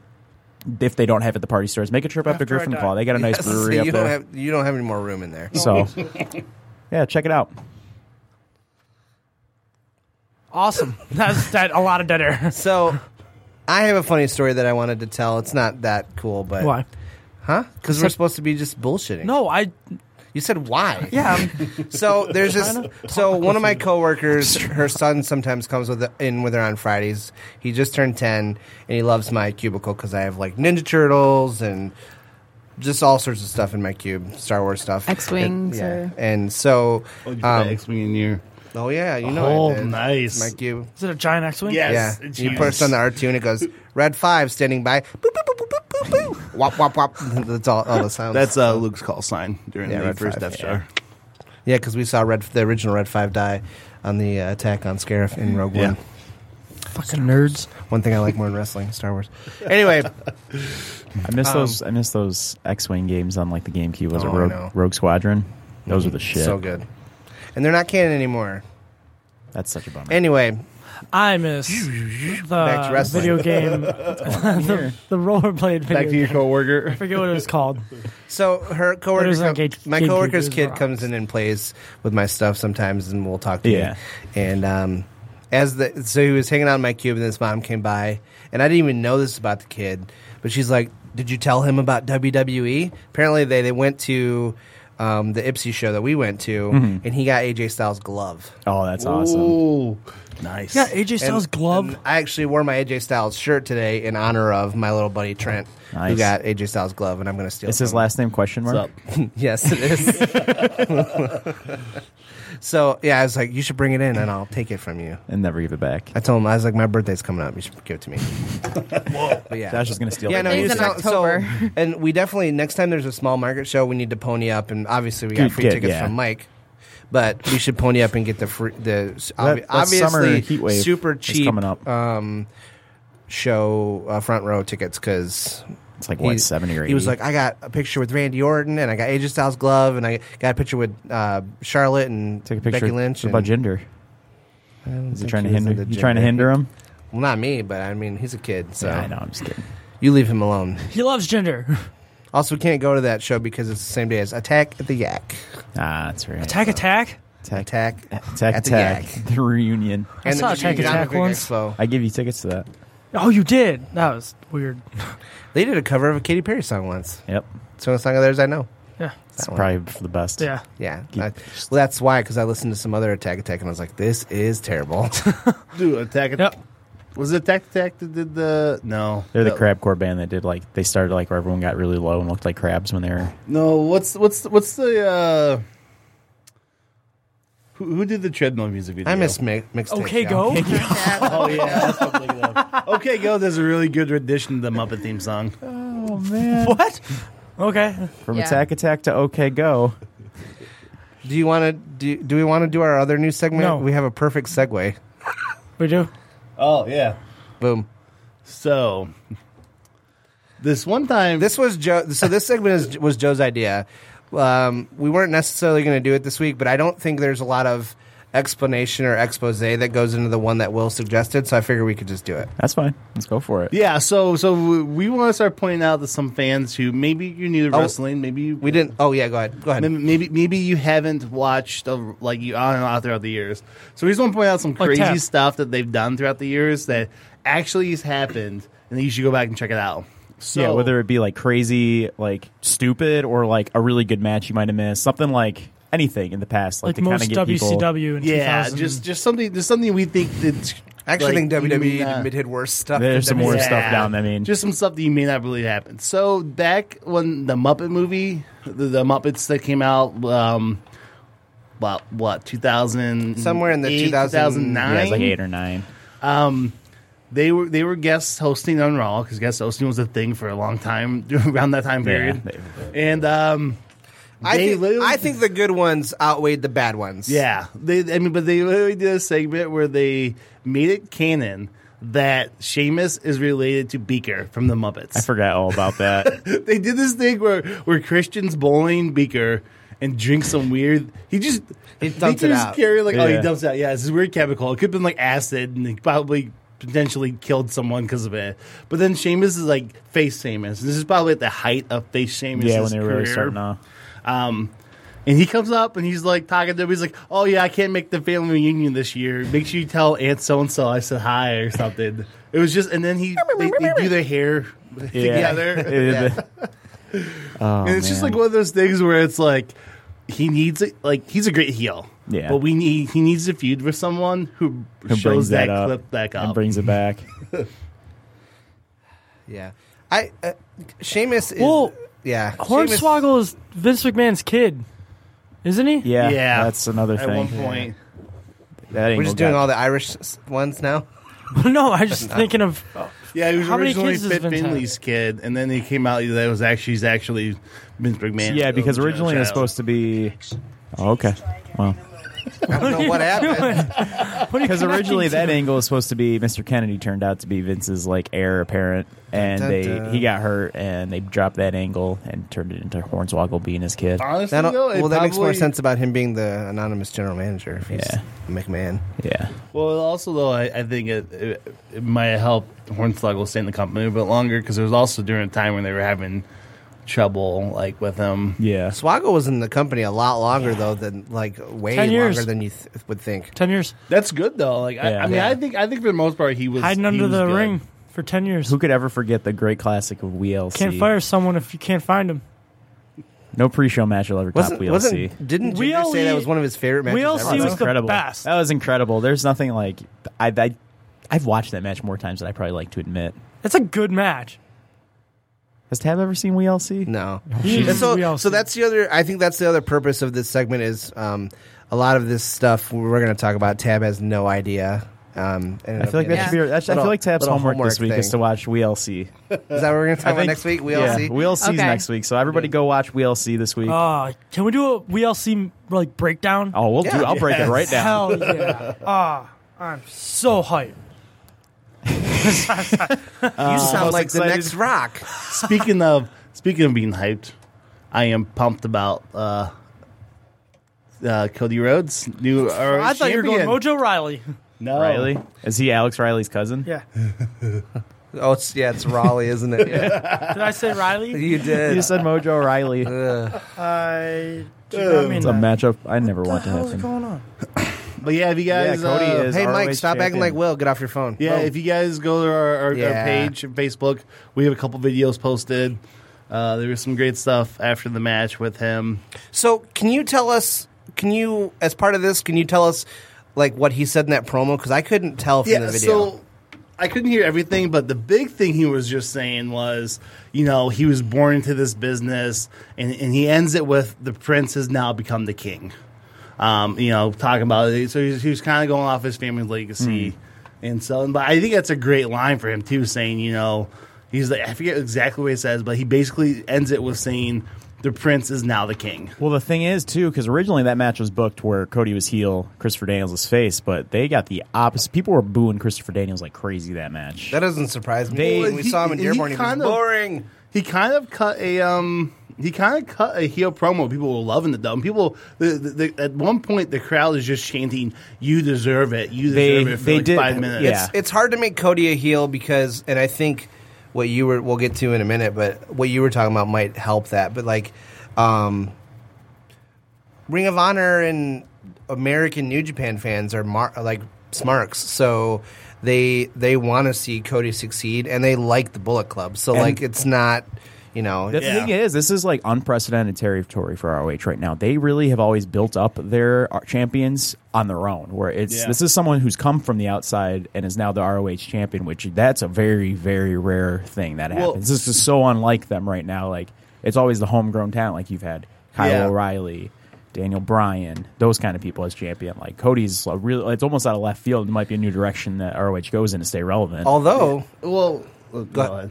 Speaker 11: if they don't have it at the party stores, make a trip up to
Speaker 9: After I
Speaker 11: Griffin
Speaker 9: die.
Speaker 11: Claw. They got a nice
Speaker 7: Yes,
Speaker 11: brewery
Speaker 7: you
Speaker 11: up
Speaker 7: don't
Speaker 11: there.
Speaker 7: Have, you don't have any more room in there.
Speaker 11: So yeah, check it out.
Speaker 9: Awesome. That's dead, a lot of dead air.
Speaker 7: So, I have a funny story that I wanted to tell. It's not that cool, but
Speaker 9: Why?
Speaker 7: Huh? Because we're supposed to be just bullshitting.
Speaker 9: No, I.
Speaker 7: You said why?
Speaker 9: Yeah. I'm-
Speaker 7: So there's this.
Speaker 9: Trying to
Speaker 7: So one of my coworkers, her son sometimes comes with in with her on Fridays. He just turned ten, and he loves my cubicle because I have like Ninja Turtles and just all sorts of stuff in my cube, Star Wars stuff,
Speaker 10: X-Wings
Speaker 7: And,
Speaker 10: or-
Speaker 7: yeah. And so,
Speaker 8: Oh, you
Speaker 7: um,
Speaker 8: X Wing in here.
Speaker 7: oh yeah, you know,
Speaker 8: Oh,
Speaker 7: I did.
Speaker 8: nice.
Speaker 7: my cube.
Speaker 9: is it a giant X Wing?
Speaker 8: Yeah. Yes,
Speaker 7: yeah,
Speaker 8: it's
Speaker 7: you
Speaker 8: huge.
Speaker 7: press on the R two and it goes red five standing by. Boop, boop, boop, boop, boop, boop, boop. Wop wop wop. That's all, all the sounds.
Speaker 8: That's uh, Luke's call sign during
Speaker 7: Yeah,
Speaker 8: the
Speaker 7: Red
Speaker 8: first
Speaker 7: Five,
Speaker 8: Death
Speaker 7: yeah.
Speaker 8: Star.
Speaker 7: Yeah, because we saw Red, the original Red Five die on the uh, attack on Scarif in Rogue
Speaker 8: Yeah.
Speaker 7: One.
Speaker 9: Fucking nerds.
Speaker 7: One thing I like more in wrestling, Star Wars. Anyway,
Speaker 11: I miss those. I miss those X-wing games on like the GameCube. Was
Speaker 7: Um, Oh,
Speaker 11: it
Speaker 7: I
Speaker 11: Rogue,
Speaker 7: know. Mm-hmm.
Speaker 11: Rogue Squadron? Those were the shit.
Speaker 7: so good, and they're not canon anymore.
Speaker 11: That's such a bummer.
Speaker 7: Anyway,
Speaker 9: I miss
Speaker 7: Back to
Speaker 9: the
Speaker 7: wrestling.
Speaker 9: video game, the, the rollerblade video.
Speaker 8: Back to your
Speaker 9: game.
Speaker 8: coworker.
Speaker 9: I forget what it was called.
Speaker 7: so her coworker,
Speaker 9: There's
Speaker 7: com-
Speaker 9: like gate-
Speaker 7: my coworker's
Speaker 9: gatekeepers,
Speaker 7: kid
Speaker 9: rocks.
Speaker 7: comes in and plays with my stuff sometimes, and we'll talk to
Speaker 11: Yeah.
Speaker 7: me. And um, as the so he was hanging out in my cube, and his mom came by, and I didn't even know this about the kid, but she's like, "Did you tell him about WWE?" Apparently, they they went to. Um, the Ipsy show that we went to,
Speaker 9: Mm-hmm.
Speaker 7: and he got AJ Styles' glove.
Speaker 11: Oh, that's awesome.
Speaker 8: Ooh, nice.
Speaker 9: Yeah, AJ
Speaker 7: And-
Speaker 9: Styles glove.
Speaker 7: and I actually wore my AJ Styles shirt today in honor of my little buddy Trent, who
Speaker 11: Nice.
Speaker 7: got AJ Styles glove, and I'm going to steal.
Speaker 11: It's his
Speaker 7: some.
Speaker 11: last name question mark.
Speaker 7: Yes, it is. so yeah, I was like, you should bring it in, and I'll take it from you.
Speaker 11: And never give it back.
Speaker 7: I told him I was like, my birthday's coming up. You should give it to me. But yeah.
Speaker 11: Josh is gonna steal.
Speaker 7: yeah,
Speaker 11: it.
Speaker 7: no, you
Speaker 10: Birthday's in
Speaker 7: so, so-
Speaker 10: October.
Speaker 7: and we definitely next time there's a small market show, we need to pony up, and obviously we got
Speaker 11: Dude,
Speaker 7: free
Speaker 11: get-
Speaker 7: tickets
Speaker 11: yeah.
Speaker 7: from Mike, but we should pony up and get the free, the obvi-
Speaker 11: that summer
Speaker 7: obviously
Speaker 11: heat wave
Speaker 7: super
Speaker 11: is
Speaker 7: cheap
Speaker 11: coming up.
Speaker 7: Um, show uh, front row tickets because
Speaker 11: It's like what seventy or eighty.
Speaker 7: he was like, I got a picture with Randy Orton, and I got AJ Styles glove, and I got a picture with uh, Charlotte and
Speaker 11: Take a picture.
Speaker 7: Becky Lynch.
Speaker 11: What about
Speaker 7: and-
Speaker 11: gender?
Speaker 7: I don't
Speaker 11: Is he
Speaker 7: think
Speaker 11: trying to
Speaker 7: was
Speaker 11: hinder?
Speaker 7: into
Speaker 11: You trying to
Speaker 7: gender.
Speaker 11: hinder him?
Speaker 7: Well, not me, but I mean, he's a kid, so
Speaker 11: Yeah, I know. I'm just kidding.
Speaker 7: you leave him alone.
Speaker 9: he loves gender.
Speaker 7: Also, we can't go to that show because it's the same day as Attack at the Yak.
Speaker 11: Ah, that's right.
Speaker 9: Attack, attack.
Speaker 11: attack,
Speaker 7: Attack,
Speaker 11: attack,
Speaker 7: at
Speaker 11: attack.
Speaker 7: the Yak.
Speaker 11: The reunion.
Speaker 9: I saw
Speaker 7: Michigan
Speaker 9: Attack Attack
Speaker 7: Comic Book
Speaker 9: once.
Speaker 7: Expo.
Speaker 11: I give you tickets to that.
Speaker 9: Oh, you did. That was weird.
Speaker 7: They did a cover of a Katy Perry song once.
Speaker 11: Yep.
Speaker 7: It's the only song of theirs I know.
Speaker 9: Yeah,
Speaker 11: It's
Speaker 7: one.
Speaker 11: probably for the best.
Speaker 9: yeah.
Speaker 7: Yeah,
Speaker 11: Keep-
Speaker 7: I- well, that's why because I listened to some other Attack Attack and I was like, this is terrible.
Speaker 8: Dude, attack.
Speaker 9: Yep.
Speaker 8: Was it Attack Attack that did the? No,
Speaker 11: They're the
Speaker 8: No.
Speaker 11: crabcore band that did like they started like where everyone got really low and looked like crabs when they were.
Speaker 8: No, what's what's what's the? uh Who, who did the treadmill music video?
Speaker 7: I miss mi- mixtape.
Speaker 9: Okay,
Speaker 7: y'all.
Speaker 9: go.
Speaker 8: Oh yeah, that's what I'm thinking of. Okay, go. There's a really good rendition of the Muppet theme song.
Speaker 11: Oh man!
Speaker 9: what? Okay.
Speaker 11: From
Speaker 10: Yeah.
Speaker 11: Attack Attack to OK Go.
Speaker 7: Do you want to do? Do we want to do our other new segment?
Speaker 9: No.
Speaker 7: We have a perfect segue.
Speaker 9: We do.
Speaker 8: Oh yeah.
Speaker 7: Boom.
Speaker 8: So this one time,
Speaker 7: This was Joe. So this segment is, was Joe's idea. Um, we weren't necessarily going to do it this week, but I don't think there's a lot of explanation or expose that goes into the one that Will suggested. So I figure we could just do it.
Speaker 11: That's fine. Let's go for it.
Speaker 8: yeah. So so we- we want to start pointing out to some fans who maybe you're new to
Speaker 7: Oh,
Speaker 8: wrestling, maybe you
Speaker 7: We didn't. Oh yeah, go ahead. Go ahead.
Speaker 8: Maybe, maybe maybe you haven't watched uh, like you on and off throughout the years. So we just want to point out some
Speaker 9: Like
Speaker 8: crazy
Speaker 9: Tap.
Speaker 8: stuff that they've done throughout the years that actually has happened, and then you should go back and check it out. So
Speaker 11: yeah, whether it be like crazy, like stupid, or like a really good match you might have missed, something like anything in the past, like,
Speaker 9: Like
Speaker 11: to kind
Speaker 9: most
Speaker 11: of get people.
Speaker 9: WCW in
Speaker 8: yeah,
Speaker 9: 2000.
Speaker 8: just just something just something we think that
Speaker 7: I actually think WWE
Speaker 8: did.
Speaker 7: did worse stuff.
Speaker 11: There's
Speaker 7: than E.
Speaker 11: some more
Speaker 7: WWE.
Speaker 11: stuff down. I mean,
Speaker 8: just some stuff that you may not believe happened. So back when the Muppet movie, the, the Muppets that came out, um, what what 2000
Speaker 7: Somewhere in the 2000
Speaker 8: 2009
Speaker 11: Yeah, it was like eight or nine.
Speaker 8: um, they were they were guest hosting on Raw because guest hosting was a thing for a long time around that time
Speaker 7: Yeah,
Speaker 8: period. and um,
Speaker 7: I
Speaker 8: they
Speaker 7: think,
Speaker 8: literally-
Speaker 7: I think the good ones outweighed the bad ones.
Speaker 8: yeah, they I mean, but they literally did a segment where they made it canon that Sheamus is related to Beaker from the Muppets.
Speaker 11: I forgot all about that.
Speaker 8: they did this thing where where Christian's bowling Beaker and drinks some weird. He just he
Speaker 7: dumps it out.
Speaker 8: Carry like oh he
Speaker 7: Yeah.
Speaker 8: dumps it out. Yeah, it's this weird chemical. It could have been like acid, and he probably potentially killed someone because of it. But then Sheamus is like face Sheamus. This is probably at the height of face Sheamus.
Speaker 11: Yeah, when they were
Speaker 8: career.
Speaker 11: really starting off.
Speaker 8: Um, and he comes up and he's like talking to him. He's like, "Oh yeah, I can't make the family reunion this year. Make sure you tell Aunt so and so I said hi or something." It was just, and then he they, they do their hair together. Yeah.
Speaker 11: Oh,
Speaker 8: and it's just
Speaker 11: man.
Speaker 8: like one of those things where it's like he needs it. Like he's a great heel.
Speaker 11: Yeah.
Speaker 8: But we need he needs to feud with someone who,
Speaker 11: Who
Speaker 8: shows
Speaker 11: brings
Speaker 8: that,
Speaker 11: that up
Speaker 8: clip back up
Speaker 11: and brings it back.
Speaker 7: Yeah. I uh, Sheamus is
Speaker 9: Well,
Speaker 7: yeah. Sheamus-
Speaker 9: Hornswoggle is Vince McMahon's kid, isn't he?
Speaker 11: Yeah, Yeah. that's another At thing. one
Speaker 8: point.
Speaker 11: That
Speaker 7: We're
Speaker 11: angle
Speaker 7: just doing
Speaker 11: got-
Speaker 7: all the Irish s- ones now.
Speaker 9: no, I was just thinking of
Speaker 8: Yeah, he was
Speaker 9: How many
Speaker 8: originally
Speaker 9: kids does
Speaker 8: Fit
Speaker 9: Vince have?
Speaker 8: Finley's kid, and then he came out that it was actually he's actually Vince McMahon.
Speaker 11: yeah, because originally it was
Speaker 8: Child.
Speaker 11: supposed to be. Oh, okay. Well.
Speaker 7: I don't know what happened.
Speaker 9: are you
Speaker 11: Because originally
Speaker 9: connecting
Speaker 11: that
Speaker 9: to?
Speaker 11: angle was supposed to be Mr. Kennedy turned out to be Vince's like heir apparent, and
Speaker 7: Dun,
Speaker 11: they
Speaker 7: dun.
Speaker 11: he got hurt, and they dropped that angle and turned it into Hornswoggle being his kid.
Speaker 8: Honestly,
Speaker 7: That'll-
Speaker 8: though, it
Speaker 7: well, that makes more
Speaker 8: probably-
Speaker 7: sense about him being the anonymous general manager. If he's McMahon.
Speaker 11: Yeah.
Speaker 8: Well, also though, I, I think it, it, it might have helped Hornswoggle stay in the company a bit longer because it was also during a time when they were having trouble, like with him.
Speaker 11: Yeah.
Speaker 7: Swaggle was in the company a lot longer though than like way
Speaker 9: 10 years.
Speaker 7: longer than you th- would think.
Speaker 9: ten years
Speaker 8: That's good though. Like I,
Speaker 11: Yeah.
Speaker 8: I mean,
Speaker 11: Yeah.
Speaker 8: I think I think for the most part he was
Speaker 9: hiding
Speaker 8: he
Speaker 9: under
Speaker 8: was
Speaker 9: the
Speaker 8: good.
Speaker 9: ring for ten years.
Speaker 11: Who could ever forget the great classic of WLC?
Speaker 9: Can't fire someone if you can't find him.
Speaker 11: No pre-show match will ever top
Speaker 7: Wasn't,
Speaker 11: WLC.
Speaker 7: wasn't didn't
Speaker 9: We
Speaker 7: Ginger say that
Speaker 9: only-
Speaker 7: was one of his favorite matches?
Speaker 9: we
Speaker 7: ever?
Speaker 9: also- He was the best.
Speaker 11: That was incredible. There's nothing like I, I I've watched that match more times than I probably like to admit.
Speaker 9: That's a good match.
Speaker 11: Has Tab ever seen WLC?
Speaker 7: No.
Speaker 9: He
Speaker 7: And
Speaker 9: is
Speaker 7: so,
Speaker 9: real
Speaker 7: so
Speaker 9: sick.
Speaker 7: that's the other. I think that's the other purpose of this segment is um, a lot of this stuff we're going to talk about. Tab has no idea. Um, and
Speaker 11: I feel like that
Speaker 7: it'll
Speaker 11: should be.
Speaker 7: a
Speaker 11: Our, that's, I feel
Speaker 7: little-
Speaker 11: like Tab's
Speaker 7: little
Speaker 11: homework, this week
Speaker 7: thing.
Speaker 11: is to watch WLC.
Speaker 7: Is that what we're going to talk
Speaker 11: I
Speaker 7: about
Speaker 11: think-
Speaker 7: next week? We'll
Speaker 11: yeah,
Speaker 7: see.
Speaker 11: WLC's
Speaker 10: Okay.
Speaker 11: next week, so everybody go watch WLC this week.
Speaker 9: Uh, can we do a WLC like breakdown?
Speaker 11: oh, we'll
Speaker 7: yeah.
Speaker 11: do. I'll break it right down.
Speaker 9: Hell yeah! Ah, I'm so hyped.
Speaker 7: you sound like
Speaker 11: most
Speaker 7: the
Speaker 11: Uh, excited-
Speaker 7: next rock.
Speaker 8: Speaking of speaking of being hyped, I am pumped about uh, uh, Cody Rhodes new. ROH
Speaker 9: I thought you were going
Speaker 8: champion.
Speaker 9: Mojo Riley.
Speaker 8: No,
Speaker 11: Riley is he Alex Riley's cousin?
Speaker 9: Yeah.
Speaker 7: Oh, it's, yeah, it's Raleigh, isn't it? Yeah.
Speaker 9: Did I say Riley?
Speaker 7: you
Speaker 11: You
Speaker 7: did.
Speaker 11: just said Mojo Riley.
Speaker 9: I. Dude, I mean,
Speaker 11: it's a
Speaker 9: that.
Speaker 11: matchup I never want to
Speaker 9: uh, What the hell is
Speaker 11: happen.
Speaker 9: going on?
Speaker 8: But yeah, if you
Speaker 11: Yeah,
Speaker 8: guys,
Speaker 11: Cody
Speaker 8: uh,
Speaker 11: is.
Speaker 7: Hey, Mike,
Speaker 11: ROH
Speaker 7: stop acting
Speaker 11: champion.
Speaker 7: like Will. Get off your phone.
Speaker 8: Yeah,
Speaker 7: Boom.
Speaker 8: if you guys go to our, our,
Speaker 7: Yeah.
Speaker 8: our page on Facebook, we have a couple videos posted. Uh, there was some great stuff after the match with him.
Speaker 7: So, can you tell us? Can you, as part of this, can you tell us like what he said in that promo? Because I couldn't tell from the video.
Speaker 8: so I couldn't hear everything, but the big thing he was just saying was, you know, he was born into this business, and, and he ends it with the prince has now become the king. Um, you know, talking about it. So he was, he was kind of going off his family legacy, and so. But I think that's a great line for him too, saying, you know, he's like I forget exactly what he says, but he basically ends it with saying, the prince is now the king.
Speaker 11: Well, the thing is, too, because originally that match was booked where Cody was heel, Christopher Daniels was face, but they got the opposite. People were booing Christopher Daniels like crazy that match.
Speaker 7: That doesn't surprise me.
Speaker 11: They-
Speaker 7: when we saw him in
Speaker 8: he- he
Speaker 7: Dearborn. He, was
Speaker 8: kinda-
Speaker 7: boring.
Speaker 8: he kind of cut a um he kind of cut a heel promo. People were loving it though. And People the, the, the, at one point the crowd is just chanting, "You deserve it! You
Speaker 11: They-
Speaker 8: deserve it!" for
Speaker 11: they
Speaker 8: like
Speaker 11: did-
Speaker 8: five minutes.
Speaker 11: yeah.
Speaker 7: It's hard to make Cody a heel because, and I think what you were we'll get to in a minute, but what you were talking about might help that. But like, um, Ring of Honor and American New Japan fans are mar- are like smarks, so they they want to see Cody succeed and they like the Bullet Club. So
Speaker 11: And-
Speaker 7: like, it's not you know.
Speaker 11: The
Speaker 8: Yeah.
Speaker 11: thing is, this is like unprecedented territory for ROH right now. They really have always built up their uh, champions on their own. Where it's
Speaker 8: Yeah.
Speaker 11: this is someone who's come from the outside and is now the ROH champion, which that's a very very rare thing that happens.
Speaker 8: Well-
Speaker 11: this is so unlike them right now. Like it's always the homegrown talent, like you've had Kyle
Speaker 8: Yeah.
Speaker 11: O'Reilly, Daniel Bryan, those kind of people as champion. Like Cody's a real it's almost out of left field. It might be a new direction that ROH goes in to stay relevant.
Speaker 7: Although,
Speaker 8: well,
Speaker 7: go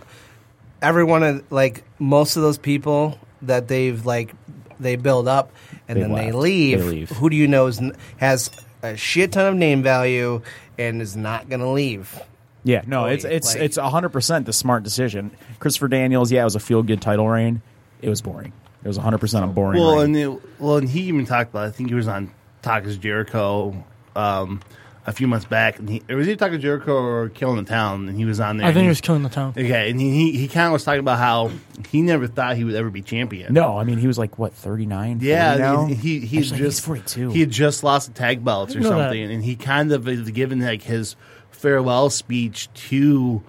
Speaker 7: everyone uh, like most of those people that they've like they build up and
Speaker 11: They
Speaker 7: then they
Speaker 11: left.
Speaker 7: leave.
Speaker 11: They leave.
Speaker 7: Who do you know is, n- has a shit ton of name value and is not going to leave?
Speaker 11: Yeah, no,
Speaker 7: Cody,
Speaker 11: it's it's
Speaker 7: like-
Speaker 11: it's hundred percent the smart decision. Christopher Daniels, yeah, it was a feel good title reign. It was boring. It was hundred percent a boring.
Speaker 8: Well,
Speaker 11: reign.
Speaker 8: and it, well, and he even talked about. it. I think he was on Talk is Jericho um, a few months back, and he or was he Talk is Jericho or Killing the Town, and he was on there.
Speaker 9: I think
Speaker 8: and
Speaker 9: it
Speaker 8: he-
Speaker 9: was killing the town.
Speaker 8: Okay, and he he, he kind of was talking about how he never thought he would ever be champion.
Speaker 11: no, I mean he was like what thirty nine.
Speaker 8: Yeah,
Speaker 11: now?
Speaker 8: and he he had
Speaker 11: Actually,
Speaker 8: just
Speaker 11: he's forty two.
Speaker 8: He had just lost the tag belts or
Speaker 11: didn't know that.
Speaker 8: something, and he kind of had given like his farewell speech to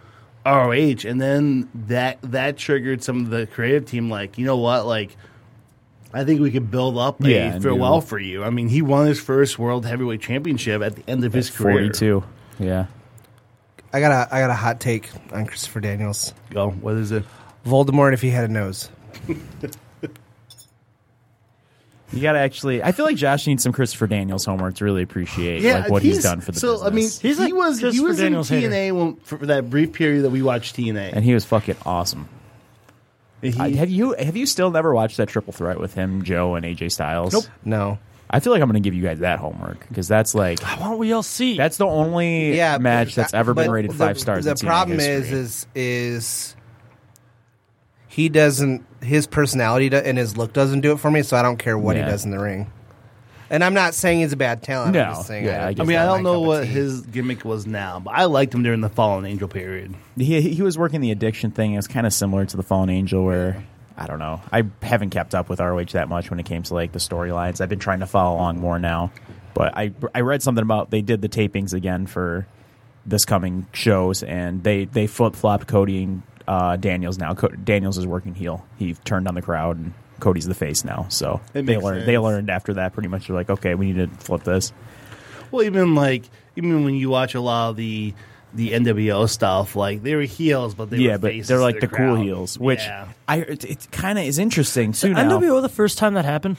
Speaker 8: ROH, and then that that triggered some of the creative team. Like, you know what? Like, I think we could build up a
Speaker 11: Yeah, and
Speaker 8: farewell
Speaker 11: do-
Speaker 8: for you. I mean, he won his first world heavyweight championship at the end of his career.
Speaker 11: forty two. Yeah.
Speaker 7: I got a I got a hot take on Christopher Daniels.
Speaker 8: Go. What is it?
Speaker 7: Voldemort if he had a nose.
Speaker 11: You got to actually. I feel like Josh needs some Christopher Daniels homework to really appreciate like what he's, done for the
Speaker 8: so I mean
Speaker 11: business.
Speaker 8: he's he was he
Speaker 9: Christopher
Speaker 8: was in
Speaker 9: Daniels hater.
Speaker 8: TNA when, for that brief period that we watched TNA.
Speaker 11: and he was fucking awesome. I- have you have you still never watched that triple threat with him, Joe, and AJ Styles?
Speaker 9: Nope.
Speaker 7: No.
Speaker 11: I feel like I'm going to give you guys that homework because that's like
Speaker 9: Why don't we all see?
Speaker 11: that's the only
Speaker 7: Yeah,
Speaker 11: match that's ever been
Speaker 7: but
Speaker 11: rated
Speaker 7: the-
Speaker 11: five stars.
Speaker 7: The
Speaker 11: in TNA
Speaker 7: problem is
Speaker 11: history.
Speaker 7: is is he doesn't his personality do, and his look doesn't do it for me, so I don't care what
Speaker 11: Yeah.
Speaker 7: he does in the ring. And I'm not saying he's a bad talent.
Speaker 11: No.
Speaker 7: I'm just saying
Speaker 11: Yeah, I
Speaker 8: I
Speaker 11: guess
Speaker 8: mean, I
Speaker 11: not
Speaker 8: don't
Speaker 7: my
Speaker 8: know
Speaker 7: cup of
Speaker 8: what
Speaker 7: tea.
Speaker 8: his gimmick was now, but I liked him during the Fallen Angel period.
Speaker 11: he he was working the addiction thing. It was kind of similar to the Fallen Angel, where I don't know. I haven't kept up with ROH that much when it came to like the storylines. I've been trying to follow along more now, but I I read something about they did the tapings again for this coming shows, and they they flip flopped Cody and uh, Daniels now. Co- Daniels is working heel. He turned on the crowd and. Cody's the face now, so
Speaker 8: It
Speaker 11: they
Speaker 8: makes
Speaker 11: learned. They
Speaker 8: sense.
Speaker 11: learned after that pretty much. They're like, okay, we need to flip this.
Speaker 8: Well, even like even when you watch a lot of the the NWO stuff, like they were heels, but they
Speaker 11: yeah,
Speaker 8: were
Speaker 11: but
Speaker 8: faces
Speaker 11: they're
Speaker 8: to
Speaker 11: like
Speaker 8: the
Speaker 11: the, cool
Speaker 8: crowd.
Speaker 11: heels, which
Speaker 8: Yeah.
Speaker 11: I it, it kind of is interesting too. now.
Speaker 9: NWO the first time that happened.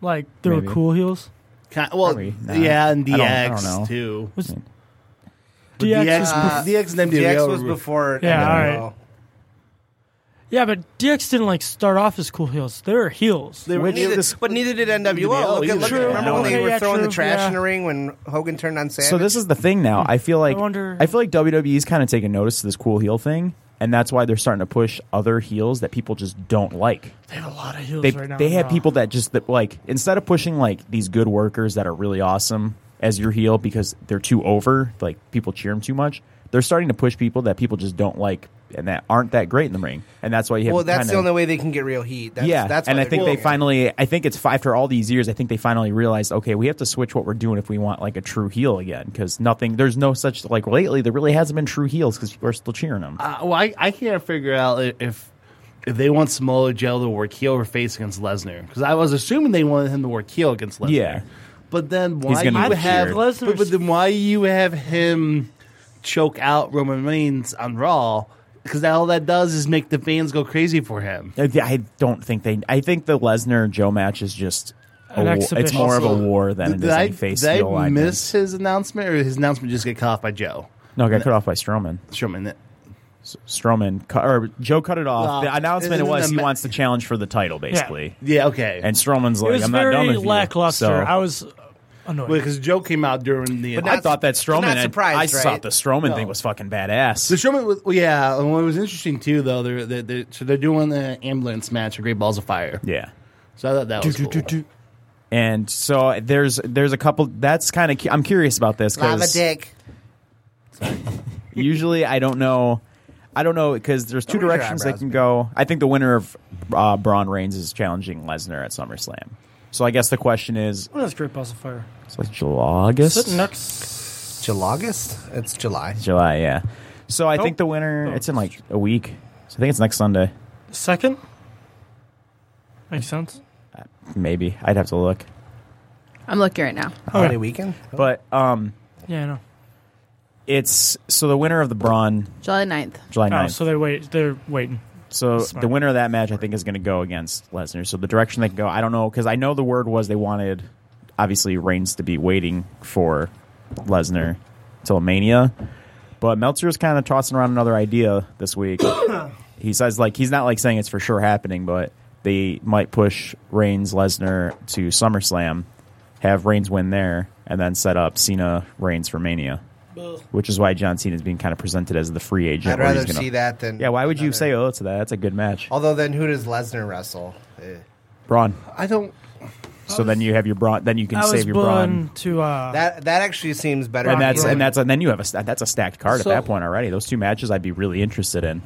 Speaker 9: Like there were
Speaker 11: Maybe.
Speaker 9: cool heels.
Speaker 8: Ki- well,
Speaker 11: Probably not.
Speaker 8: yeah, and
Speaker 11: I
Speaker 8: DX
Speaker 11: don't- I don't know.
Speaker 8: too.
Speaker 9: Was DX,
Speaker 8: But DX,
Speaker 7: Uh,
Speaker 8: DX and NWO
Speaker 7: DX was
Speaker 8: were-
Speaker 7: before.
Speaker 9: Yeah,
Speaker 7: NWO.
Speaker 9: all yeah, but DX didn't like start off as cool heels. They were heels.
Speaker 8: They were
Speaker 11: Which-
Speaker 7: Neither-
Speaker 8: heels.
Speaker 11: This-
Speaker 7: but neither did
Speaker 8: NWO,
Speaker 7: NWO. Look
Speaker 8: either.
Speaker 7: at, look at,
Speaker 8: True.
Speaker 7: remember when
Speaker 9: Okay,
Speaker 7: they were
Speaker 9: yeah,
Speaker 7: throwing
Speaker 9: true,
Speaker 7: the trash
Speaker 9: yeah.
Speaker 7: in the ring when Hogan turned on Savage?
Speaker 11: So this is the thing now. I feel like I,
Speaker 9: wonder-
Speaker 11: feel like WWE's kind of taking notice to this cool heel thing, and that's why they're starting to push other heels that people just don't like.
Speaker 9: They have a lot of heels
Speaker 11: They
Speaker 9: right now.
Speaker 11: they have
Speaker 9: Raw.
Speaker 11: people that just that like instead of pushing like these good workers that are really awesome as your heel because they're too over, like people cheer them too much. They're starting to push people that people just don't like and that aren't that great in the ring, and that's why you have
Speaker 7: well, that's
Speaker 11: kinda,
Speaker 7: the only way they can get real heat. That's,
Speaker 11: yeah,
Speaker 7: that's
Speaker 11: and
Speaker 7: why
Speaker 11: I
Speaker 7: they're
Speaker 11: think
Speaker 7: doing
Speaker 11: they
Speaker 7: it.
Speaker 11: finally, I think it's fi- after all these years, I think they finally realized, okay, we have to switch what we're doing if we want like a true heel again, because nothing, there's no such like lately there really hasn't been true heels because people are still cheering them.
Speaker 8: Uh, well, I, I can't figure out i- if if they want Samoa Joe to work heel or face against Lesnar because I was assuming they wanted him to work heel against Lesnar.
Speaker 11: Yeah.
Speaker 8: but then why you
Speaker 11: gonna be
Speaker 8: have
Speaker 11: cheered.
Speaker 8: but, but then why you have him choke out Roman Reigns on Raw? Because all that does is make the fans go crazy for him.
Speaker 11: I, I don't think they. I think the Lesnar Joe match is just a
Speaker 9: An
Speaker 11: wa- it's
Speaker 9: exhibition.
Speaker 11: more of
Speaker 8: Also,
Speaker 11: a war than it
Speaker 8: did
Speaker 11: is
Speaker 8: I,
Speaker 11: any face
Speaker 8: did
Speaker 11: heel
Speaker 8: I
Speaker 11: alignment.
Speaker 8: miss his announcement, or his announcement just get caught off by Joe? Uh,
Speaker 11: No, it got cut off by Strowman.
Speaker 8: Strowman.
Speaker 11: Strowman cut, or Joe cut it off.
Speaker 8: Well,
Speaker 11: the announcement
Speaker 8: isn't
Speaker 11: was
Speaker 8: the
Speaker 11: he
Speaker 8: ma-
Speaker 11: wants to challenge for the title, basically.
Speaker 8: Yeah, okay.
Speaker 11: And Strowman's
Speaker 9: It
Speaker 11: like,
Speaker 9: was
Speaker 11: I'm not
Speaker 9: very
Speaker 11: done with you.
Speaker 9: lackluster.
Speaker 11: So-
Speaker 9: I was annoyed.
Speaker 8: because Joe came out during the
Speaker 11: I thought that Strowman.
Speaker 7: not
Speaker 11: I-
Speaker 7: surprised,
Speaker 11: I,
Speaker 7: right?
Speaker 11: thought the Strowman thing was fucking badass.
Speaker 8: The showman, was, well, yeah. And what was interesting too, though, they're, they're, they're so they're doing the ambulance match at Great Balls of Fire.
Speaker 11: yeah,
Speaker 8: So I thought that was cool.
Speaker 11: and so there's there's a couple. That's kind of I'm curious about this
Speaker 7: Lava
Speaker 11: because
Speaker 7: dick.
Speaker 11: usually I don't know. I don't know because there's two
Speaker 7: Don't raise your
Speaker 11: directions they
Speaker 7: eyebrows,
Speaker 11: can go. I think the winner of uh, Braun Reigns is challenging Lesnar at SummerSlam. So I guess the question is,
Speaker 9: What is Great Balls of Fire?
Speaker 11: it's like July, August,
Speaker 9: Sitting next.
Speaker 7: Julogust? It's July.
Speaker 11: July, yeah. So I
Speaker 9: Nope.
Speaker 11: think the winner. It's in like a week. So I think it's next Sunday,
Speaker 9: Second? Makes sense.
Speaker 11: maybe. I'd have to look,
Speaker 10: I'm looking right now.
Speaker 7: Holiday weekend?
Speaker 11: but um,
Speaker 9: Yeah, I know.
Speaker 11: it's so the winner of the Braun
Speaker 10: July 9th.
Speaker 11: July 9th.
Speaker 9: Oh, so they wait. They're waiting.
Speaker 11: So
Speaker 9: Smart.
Speaker 11: the winner of that match, I think, is going to go against Lesnar. So the direction they can go, I don't know, because I know the word was they wanted, obviously, Reigns to be waiting for Lesnar till Mania, but Meltzer's kind of tossing around another idea this week. he says like he's not like saying it's for sure happening, but they might push Reigns Lesnar to SummerSlam, have Reigns win there, and then set up Cena Reigns for Mania.
Speaker 7: Ugh.
Speaker 11: Which is why John Cena is being kind of presented as the free agent.
Speaker 7: I'd
Speaker 11: where he's
Speaker 7: rather
Speaker 11: gonna-
Speaker 7: see that than
Speaker 11: yeah, why would you say oh to that? That's a good match.
Speaker 7: Although then, who does Lesnar wrestle? Eh.
Speaker 11: Braun.
Speaker 8: I don't.
Speaker 11: So then you have your Braun. Then you can save your Braun.
Speaker 9: to uh,
Speaker 7: that. That actually seems better.
Speaker 11: And that's
Speaker 7: Roman.
Speaker 11: and that's and then you have a sta- that's a stacked card
Speaker 8: So-
Speaker 11: at that point already. Those two matches I'd be really interested in.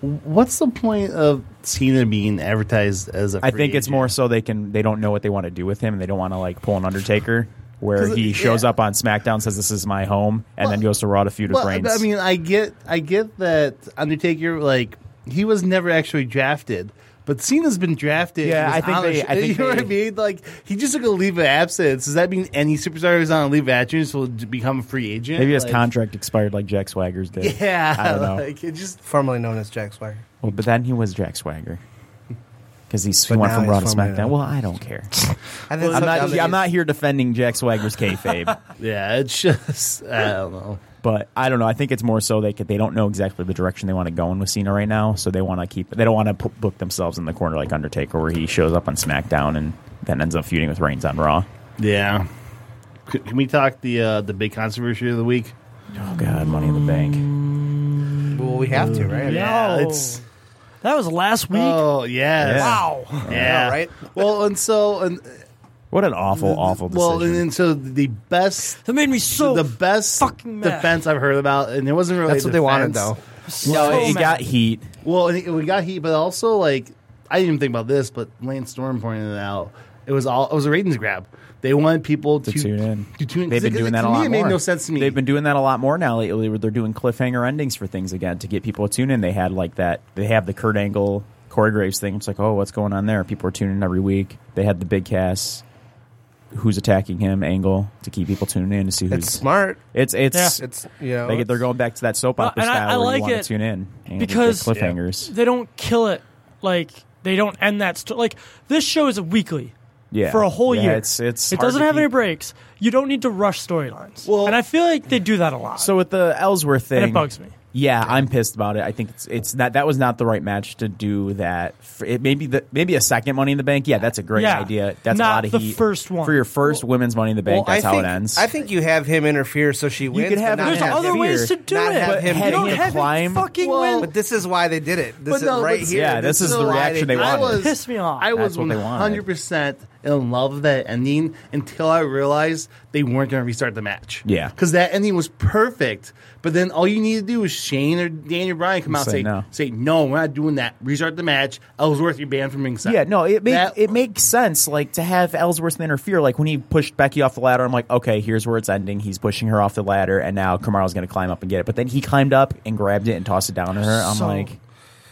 Speaker 8: What's the point of Cena being advertised as a?
Speaker 11: I
Speaker 8: free
Speaker 11: think it's
Speaker 8: agent?
Speaker 11: more so they can they don't know what they want to do with him and they don't want to like pull an Undertaker where
Speaker 8: 'Cause,
Speaker 11: he
Speaker 8: yeah.
Speaker 11: shows up on SmackDown says this is my home and then goes to Raw to feud with
Speaker 8: Well,
Speaker 11: Reigns.
Speaker 8: I mean, I get, I get that Undertaker. Like, he was never actually drafted, but Cena's been drafted.
Speaker 11: Yeah,
Speaker 8: He was
Speaker 11: I think
Speaker 8: on
Speaker 11: they-
Speaker 8: the sh-
Speaker 11: I think
Speaker 8: you know what I
Speaker 11: they-
Speaker 8: mean. Like, he just took a leave of absence. Does that mean any superstar who's on a leave of absence will j- become a free agent?
Speaker 11: Maybe his
Speaker 8: Like,
Speaker 11: contract expired like Jack Swagger's did.
Speaker 8: Yeah,
Speaker 11: I don't know.
Speaker 8: Like, it just
Speaker 7: formerly known as Jack Swagger.
Speaker 11: Well, but then he was Jack Swagger. Because he's he
Speaker 7: But
Speaker 11: went
Speaker 7: now
Speaker 11: from
Speaker 7: he's
Speaker 11: Raw to
Speaker 7: from,
Speaker 11: SmackDown.
Speaker 7: uh,
Speaker 11: Well, I don't care.
Speaker 7: I think
Speaker 11: I'm not.
Speaker 7: sometimes
Speaker 11: I'm
Speaker 7: it's-
Speaker 11: not here defending Jack Swagger's kayfabe.
Speaker 8: yeah, it's just I don't know.
Speaker 11: But I don't know. I think it's more so they could, they don't know exactly the direction they want to go in with Cena right now, so they want to keep. They don't want to p- book themselves in the corner like Undertaker, where he shows up on SmackDown and then ends up feuding with Reigns on Raw.
Speaker 8: Yeah. C- Can we talk the uh, the big controversy of the week?
Speaker 11: Oh God, Money in the Bank.
Speaker 7: Well, we have to, right?
Speaker 8: Yeah,
Speaker 9: No.
Speaker 8: it's
Speaker 9: that was last week.
Speaker 8: oh yes.
Speaker 11: Yeah.
Speaker 9: Wow.
Speaker 8: yeah,
Speaker 7: right?
Speaker 8: Well, and so and
Speaker 11: What an awful, awful decision.
Speaker 8: well, and, and so the best
Speaker 9: That made me so.
Speaker 8: the best
Speaker 9: fucking mad.
Speaker 8: defense I've heard about, and it wasn't really.
Speaker 7: That's
Speaker 8: a
Speaker 7: what they wanted,
Speaker 8: defense.
Speaker 7: though.
Speaker 11: no,
Speaker 9: so
Speaker 11: it,
Speaker 9: mad.
Speaker 11: got heat.
Speaker 8: Well, and it, we got heat, but also like I didn't even think about this, but Lance Storm pointed it out. It was all it was a ratings grab. They wanted people to,
Speaker 11: to tune in.
Speaker 8: To tune in.
Speaker 11: They've been
Speaker 8: It-
Speaker 11: doing that
Speaker 8: to
Speaker 11: a
Speaker 8: me,
Speaker 11: lot
Speaker 8: It
Speaker 11: more.
Speaker 8: made no sense to me.
Speaker 11: They've been doing that a lot more now lately, where they're doing cliffhanger endings for things again to get people to tune in. They had like that. They have the Kurt Angle, Corey Graves thing. It's like, oh, what's going on there? People are tuning in every week. They had the big cast. Who's attacking him? Angle to keep people tuning in to see who's.
Speaker 7: It's smart.
Speaker 11: It's it's
Speaker 9: Yeah.
Speaker 7: It's you know.
Speaker 11: they get, they're going back to that soap
Speaker 9: Well,
Speaker 11: opera
Speaker 9: Uh, and I-
Speaker 11: style
Speaker 9: I
Speaker 11: where
Speaker 9: like
Speaker 11: you want
Speaker 9: it
Speaker 11: to tune in and get
Speaker 9: because-
Speaker 11: the cliffhangers.
Speaker 9: they don't kill it like they don't end that sto- like this show is a weekly
Speaker 11: Yeah.
Speaker 9: for a whole
Speaker 11: Yeah,
Speaker 9: year
Speaker 11: it's- it's
Speaker 9: it
Speaker 11: hard
Speaker 9: doesn't
Speaker 11: to
Speaker 9: have any
Speaker 11: keep-
Speaker 9: breaks you don't need to rush storylines
Speaker 8: Well-
Speaker 9: and i feel like they do that a lot
Speaker 11: So with the Ellsworth thing,
Speaker 9: And it bugs me.
Speaker 11: Yeah, I'm pissed about it. I think it's it's not that was not the right match to do that. F- It maybe the maybe a second Money in the Bank. Yeah, that's a great
Speaker 9: Yeah,
Speaker 11: idea. That's
Speaker 9: not
Speaker 11: a lot of
Speaker 9: the
Speaker 11: heat
Speaker 9: first one.
Speaker 11: for your first women's Money in the Bank. that's
Speaker 7: I
Speaker 11: how
Speaker 7: think,
Speaker 11: it ends.
Speaker 7: I think you have him interfere so she wins.
Speaker 11: could
Speaker 7: but
Speaker 11: have
Speaker 7: not
Speaker 11: him
Speaker 9: there's
Speaker 11: Not
Speaker 9: other
Speaker 11: here,
Speaker 9: ways to do
Speaker 7: not
Speaker 9: it
Speaker 7: have him
Speaker 9: you don't
Speaker 11: here.
Speaker 9: have
Speaker 11: Climb.
Speaker 9: him fucking
Speaker 8: Well,
Speaker 9: win
Speaker 7: But this is why they did it. This
Speaker 8: But no,
Speaker 7: is right
Speaker 8: but-
Speaker 7: here.
Speaker 11: Yeah, this is the
Speaker 7: why
Speaker 11: reaction they
Speaker 7: did
Speaker 11: wanted.
Speaker 8: I was,
Speaker 9: Pissed me off.
Speaker 8: I was
Speaker 11: That's what they wanted.
Speaker 8: 100% in love with that ending until I realized they weren't going to restart the match.
Speaker 11: Yeah.
Speaker 8: Because that ending was perfect. But then all you need to do is Shane or Daniel Bryan come out
Speaker 11: Say
Speaker 8: and say,
Speaker 11: no.
Speaker 8: say, no, we're not doing that. Restart the match. Ellsworth, you're banned from ringside.
Speaker 11: yeah, no, it make,
Speaker 8: That-
Speaker 11: it makes sense. Like to have Ellsworth interfere. Like when he pushed Becky off the ladder, I'm like, okay, here's where it's ending. He's pushing her off the ladder, and now Kamaro's going to climb up and get it. But then he climbed up and grabbed it and tossed it down to her. I'm
Speaker 9: So
Speaker 11: like,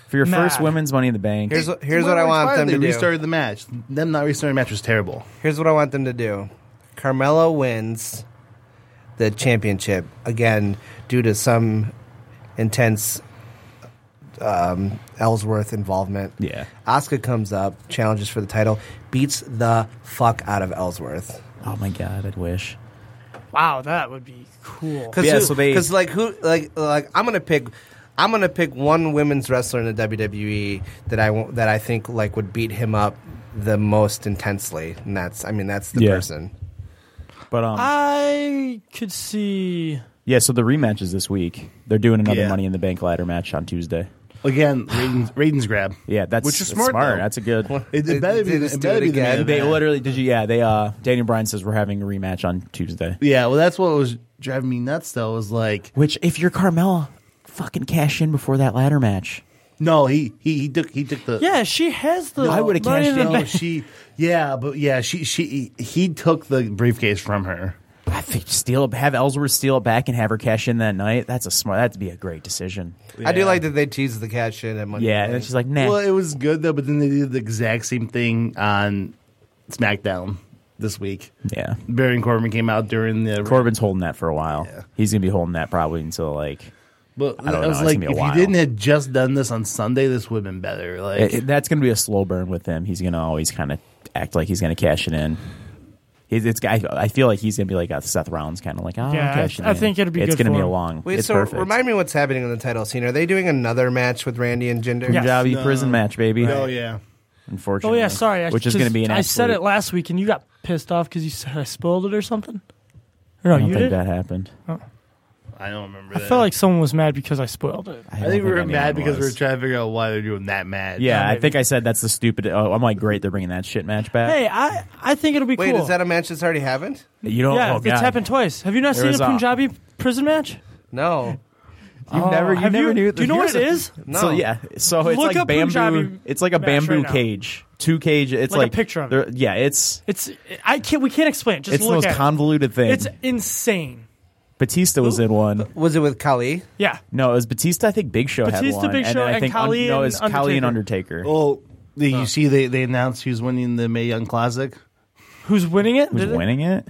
Speaker 11: for your first
Speaker 9: mad.
Speaker 11: women's Money in the Bank,
Speaker 7: Here's what, here's
Speaker 8: Well,
Speaker 7: what I
Speaker 8: it's
Speaker 7: want
Speaker 8: fine.
Speaker 7: them to
Speaker 8: They
Speaker 7: do.
Speaker 8: restarted the match. Them not restarting the match was terrible.
Speaker 7: Here's what I want them to do. Carmelo wins the championship again due to some intense um, Ellsworth involvement.
Speaker 11: Yeah.
Speaker 7: Asuka comes up, challenges for the title, beats the fuck out of Ellsworth.
Speaker 11: oh my god, I'd wish.
Speaker 9: wow that would be cool
Speaker 7: Cause
Speaker 11: Yeah,
Speaker 7: who-
Speaker 11: so they-
Speaker 7: 'cause, like who like like I'm gonna pick I'm gonna pick one women's wrestler in the WWE that I won't- that I think like would beat him up the most intensely, and that's I mean that's the
Speaker 11: Yeah.
Speaker 7: person.
Speaker 11: But um,
Speaker 8: Ah.
Speaker 9: i could see
Speaker 11: Yeah, so the rematch is this week. They're doing another
Speaker 8: Yeah.
Speaker 11: Money in the Bank ladder match on Tuesday.
Speaker 8: Again, Raiden's, Raiden's grab.
Speaker 11: Yeah, that's
Speaker 8: Which is
Speaker 11: that's
Speaker 8: smart, though.
Speaker 11: That's a good.
Speaker 8: It, it better be,
Speaker 7: They just
Speaker 8: it
Speaker 7: do
Speaker 8: better
Speaker 7: it
Speaker 8: be the
Speaker 7: again.
Speaker 8: main
Speaker 11: They
Speaker 8: event.
Speaker 11: literally did you? Yeah, they. uh Daniel Bryan says we're having a rematch on Tuesday.
Speaker 8: Yeah, well, that's what was driving me nuts, though, was like,
Speaker 11: Which, if you're Carmella, fucking cash in before that ladder match.
Speaker 8: No, he he, he took he took the
Speaker 9: yeah she has the
Speaker 11: I would've
Speaker 9: money in
Speaker 11: cashed
Speaker 9: the
Speaker 11: in.
Speaker 8: No,
Speaker 9: bank.
Speaker 8: she yeah, but yeah, she she he took the briefcase from her.
Speaker 11: I think steal have Ellsworth steal it back and have her cash in that night. That's a smart. That'd be a great decision.
Speaker 7: I do like that they tease the cash in at Money.
Speaker 11: Yeah,
Speaker 7: in
Speaker 11: and
Speaker 7: the
Speaker 11: then
Speaker 7: Bank.
Speaker 11: she's like, nah.
Speaker 8: Well, it was good though, but then they did the exact same thing on SmackDown this week.
Speaker 11: yeah,
Speaker 8: Baron Corbin came out during the
Speaker 11: Corbin's holding that for a while. He's gonna be holding that probably until like
Speaker 8: But
Speaker 11: I
Speaker 8: I,
Speaker 11: don't know.
Speaker 8: was
Speaker 11: It's gonna
Speaker 8: like,
Speaker 11: be a
Speaker 8: if you
Speaker 11: while.
Speaker 8: didn't have just done this on Sunday, this would have been better. Like,
Speaker 11: It- it- that's going to be a slow burn with him. He's going to always kind of act like he's going to cash it in. He's, it's I, I feel like he's going to be like a Seth Rollins kind of like oh,
Speaker 9: Yeah,
Speaker 11: i cash it
Speaker 9: I
Speaker 11: in.
Speaker 9: think it'd be
Speaker 11: it's
Speaker 9: good
Speaker 11: gonna
Speaker 9: for
Speaker 11: be a
Speaker 9: him.
Speaker 11: long.
Speaker 7: Wait,
Speaker 11: it's
Speaker 7: so
Speaker 11: perfect.
Speaker 7: remind me what's happening on the title scene. Are they doing another match with Randy and Jinder?
Speaker 11: Punjabi prison match, baby.
Speaker 8: Oh,
Speaker 7: Right.
Speaker 11: Unfortunately.
Speaker 9: Oh yeah, sorry. I
Speaker 11: Which is
Speaker 9: just-
Speaker 11: going to be an.
Speaker 9: I said
Speaker 11: absolute-
Speaker 9: it last week, and you got pissed off because you said I spoiled it or something. Or no,
Speaker 11: I don't
Speaker 9: you Oh.
Speaker 11: think
Speaker 9: did.
Speaker 11: that happened.
Speaker 8: I don't remember
Speaker 9: I
Speaker 8: that.
Speaker 9: felt like someone was mad because I spoiled it.
Speaker 8: I, think we were mad because we
Speaker 11: was.
Speaker 8: were trying to figure out why they're doing that match.
Speaker 11: Yeah, I think I said that's the stupid. Oh, I'm like, great, they're bringing that shit match back.
Speaker 9: Hey, I I think it'll be
Speaker 7: Wait,
Speaker 9: cool.
Speaker 7: is that a match that's already happened?
Speaker 11: you don't.
Speaker 9: yeah,
Speaker 11: oh,
Speaker 9: it's
Speaker 11: God.
Speaker 9: happened twice. Have you not
Speaker 11: There
Speaker 9: seen
Speaker 11: was
Speaker 9: a
Speaker 11: a-
Speaker 9: Punjabi prison match?
Speaker 7: No.
Speaker 11: You've
Speaker 9: Oh,
Speaker 11: never, you
Speaker 9: have
Speaker 11: never
Speaker 9: you-
Speaker 11: knew.
Speaker 9: do you know
Speaker 11: you're
Speaker 9: what it
Speaker 11: so-
Speaker 9: is?
Speaker 11: So
Speaker 7: No.
Speaker 11: yeah, so it's
Speaker 9: Look
Speaker 11: like
Speaker 9: up
Speaker 11: bamboo.
Speaker 9: Punjabi
Speaker 11: It's like a
Speaker 9: match right
Speaker 11: bamboo
Speaker 9: now.
Speaker 11: cage, two cage. It's
Speaker 9: Like
Speaker 11: like,
Speaker 9: a picture of it.
Speaker 11: there- Yeah, it's
Speaker 9: It's I can't. We can't explain. it. Just
Speaker 11: it's the
Speaker 9: look
Speaker 11: most
Speaker 9: at
Speaker 11: convoluted
Speaker 9: it.
Speaker 11: thing.
Speaker 9: It's insane.
Speaker 11: Batista was in one.
Speaker 7: Was it with Kali?
Speaker 9: Yeah.
Speaker 11: No, it was Batista. I think Big Show had
Speaker 9: Batista,
Speaker 11: one,
Speaker 9: Big
Speaker 11: and
Speaker 9: Show,
Speaker 11: then I
Speaker 9: and
Speaker 11: think Un-
Speaker 9: Kali
Speaker 11: no,
Speaker 9: and
Speaker 11: it's Kali and Undertaker.
Speaker 8: Well, the, you see, they, they announced who's winning the May Young Classic.
Speaker 9: Who's winning it?
Speaker 11: Who's
Speaker 9: Did it-
Speaker 11: winning it?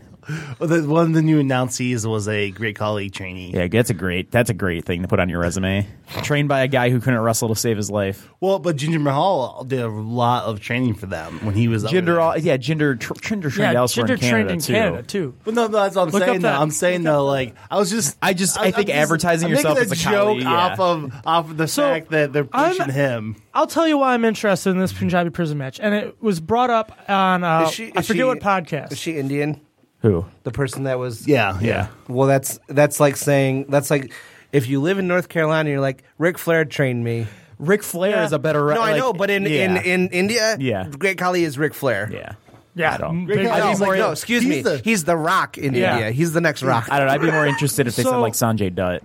Speaker 8: Well, the, one of the new announcees was a great colleague trainee.
Speaker 11: Yeah, that's a great. That's a great thing to put on your resume. Trained by a guy who couldn't wrestle to save his life.
Speaker 8: Well, but Ginger Mahal did a lot of training for them when he was up there.
Speaker 11: Gender, all, yeah, gender, tr- gender trained
Speaker 9: Yeah,
Speaker 11: elsewhere
Speaker 9: Jinder
Speaker 11: in Canada
Speaker 9: trained in
Speaker 11: too.
Speaker 9: Canada too.
Speaker 8: But no, no, that's what I'm
Speaker 9: Look up
Speaker 8: saying. Though.
Speaker 9: that-
Speaker 8: I'm saying though, like I was just,
Speaker 11: I just- I
Speaker 8: I'm
Speaker 11: think advertising
Speaker 8: I'm making
Speaker 11: yourself
Speaker 8: a
Speaker 11: as a
Speaker 8: joke
Speaker 11: colleague, yeah.
Speaker 8: off of off of the
Speaker 9: So,
Speaker 8: fact that they're
Speaker 9: I'm-
Speaker 8: pushing him.
Speaker 9: I'll tell you why I'm interested in this Punjabi prison match, and it was brought up on uh,
Speaker 7: Is she-
Speaker 9: I
Speaker 7: is
Speaker 9: forget
Speaker 7: she-
Speaker 9: what podcast.
Speaker 7: Is she Indian?
Speaker 11: Who?
Speaker 7: The person that was
Speaker 8: Yeah, yeah.
Speaker 7: Well, that's that's like saying that's like if you live in North Carolina, you're like Ric Flair trained me.
Speaker 11: Ric Flair
Speaker 9: Yeah.
Speaker 11: is a better. re-
Speaker 7: No, I
Speaker 11: like-
Speaker 7: know, but in
Speaker 11: yeah.
Speaker 7: in, in India,
Speaker 11: Yeah.
Speaker 7: Great Kali is Ric Flair.
Speaker 11: yeah,
Speaker 9: yeah,
Speaker 11: I don't-
Speaker 9: big-
Speaker 7: No,
Speaker 8: He's like-
Speaker 7: no, excuse
Speaker 8: he's
Speaker 7: me.
Speaker 8: the-
Speaker 7: he's the Rock in
Speaker 9: Yeah.
Speaker 7: India. He's the next Rock.
Speaker 11: I don't know. I'd be more interested if they said
Speaker 9: So-
Speaker 11: like Sanjay Dutt,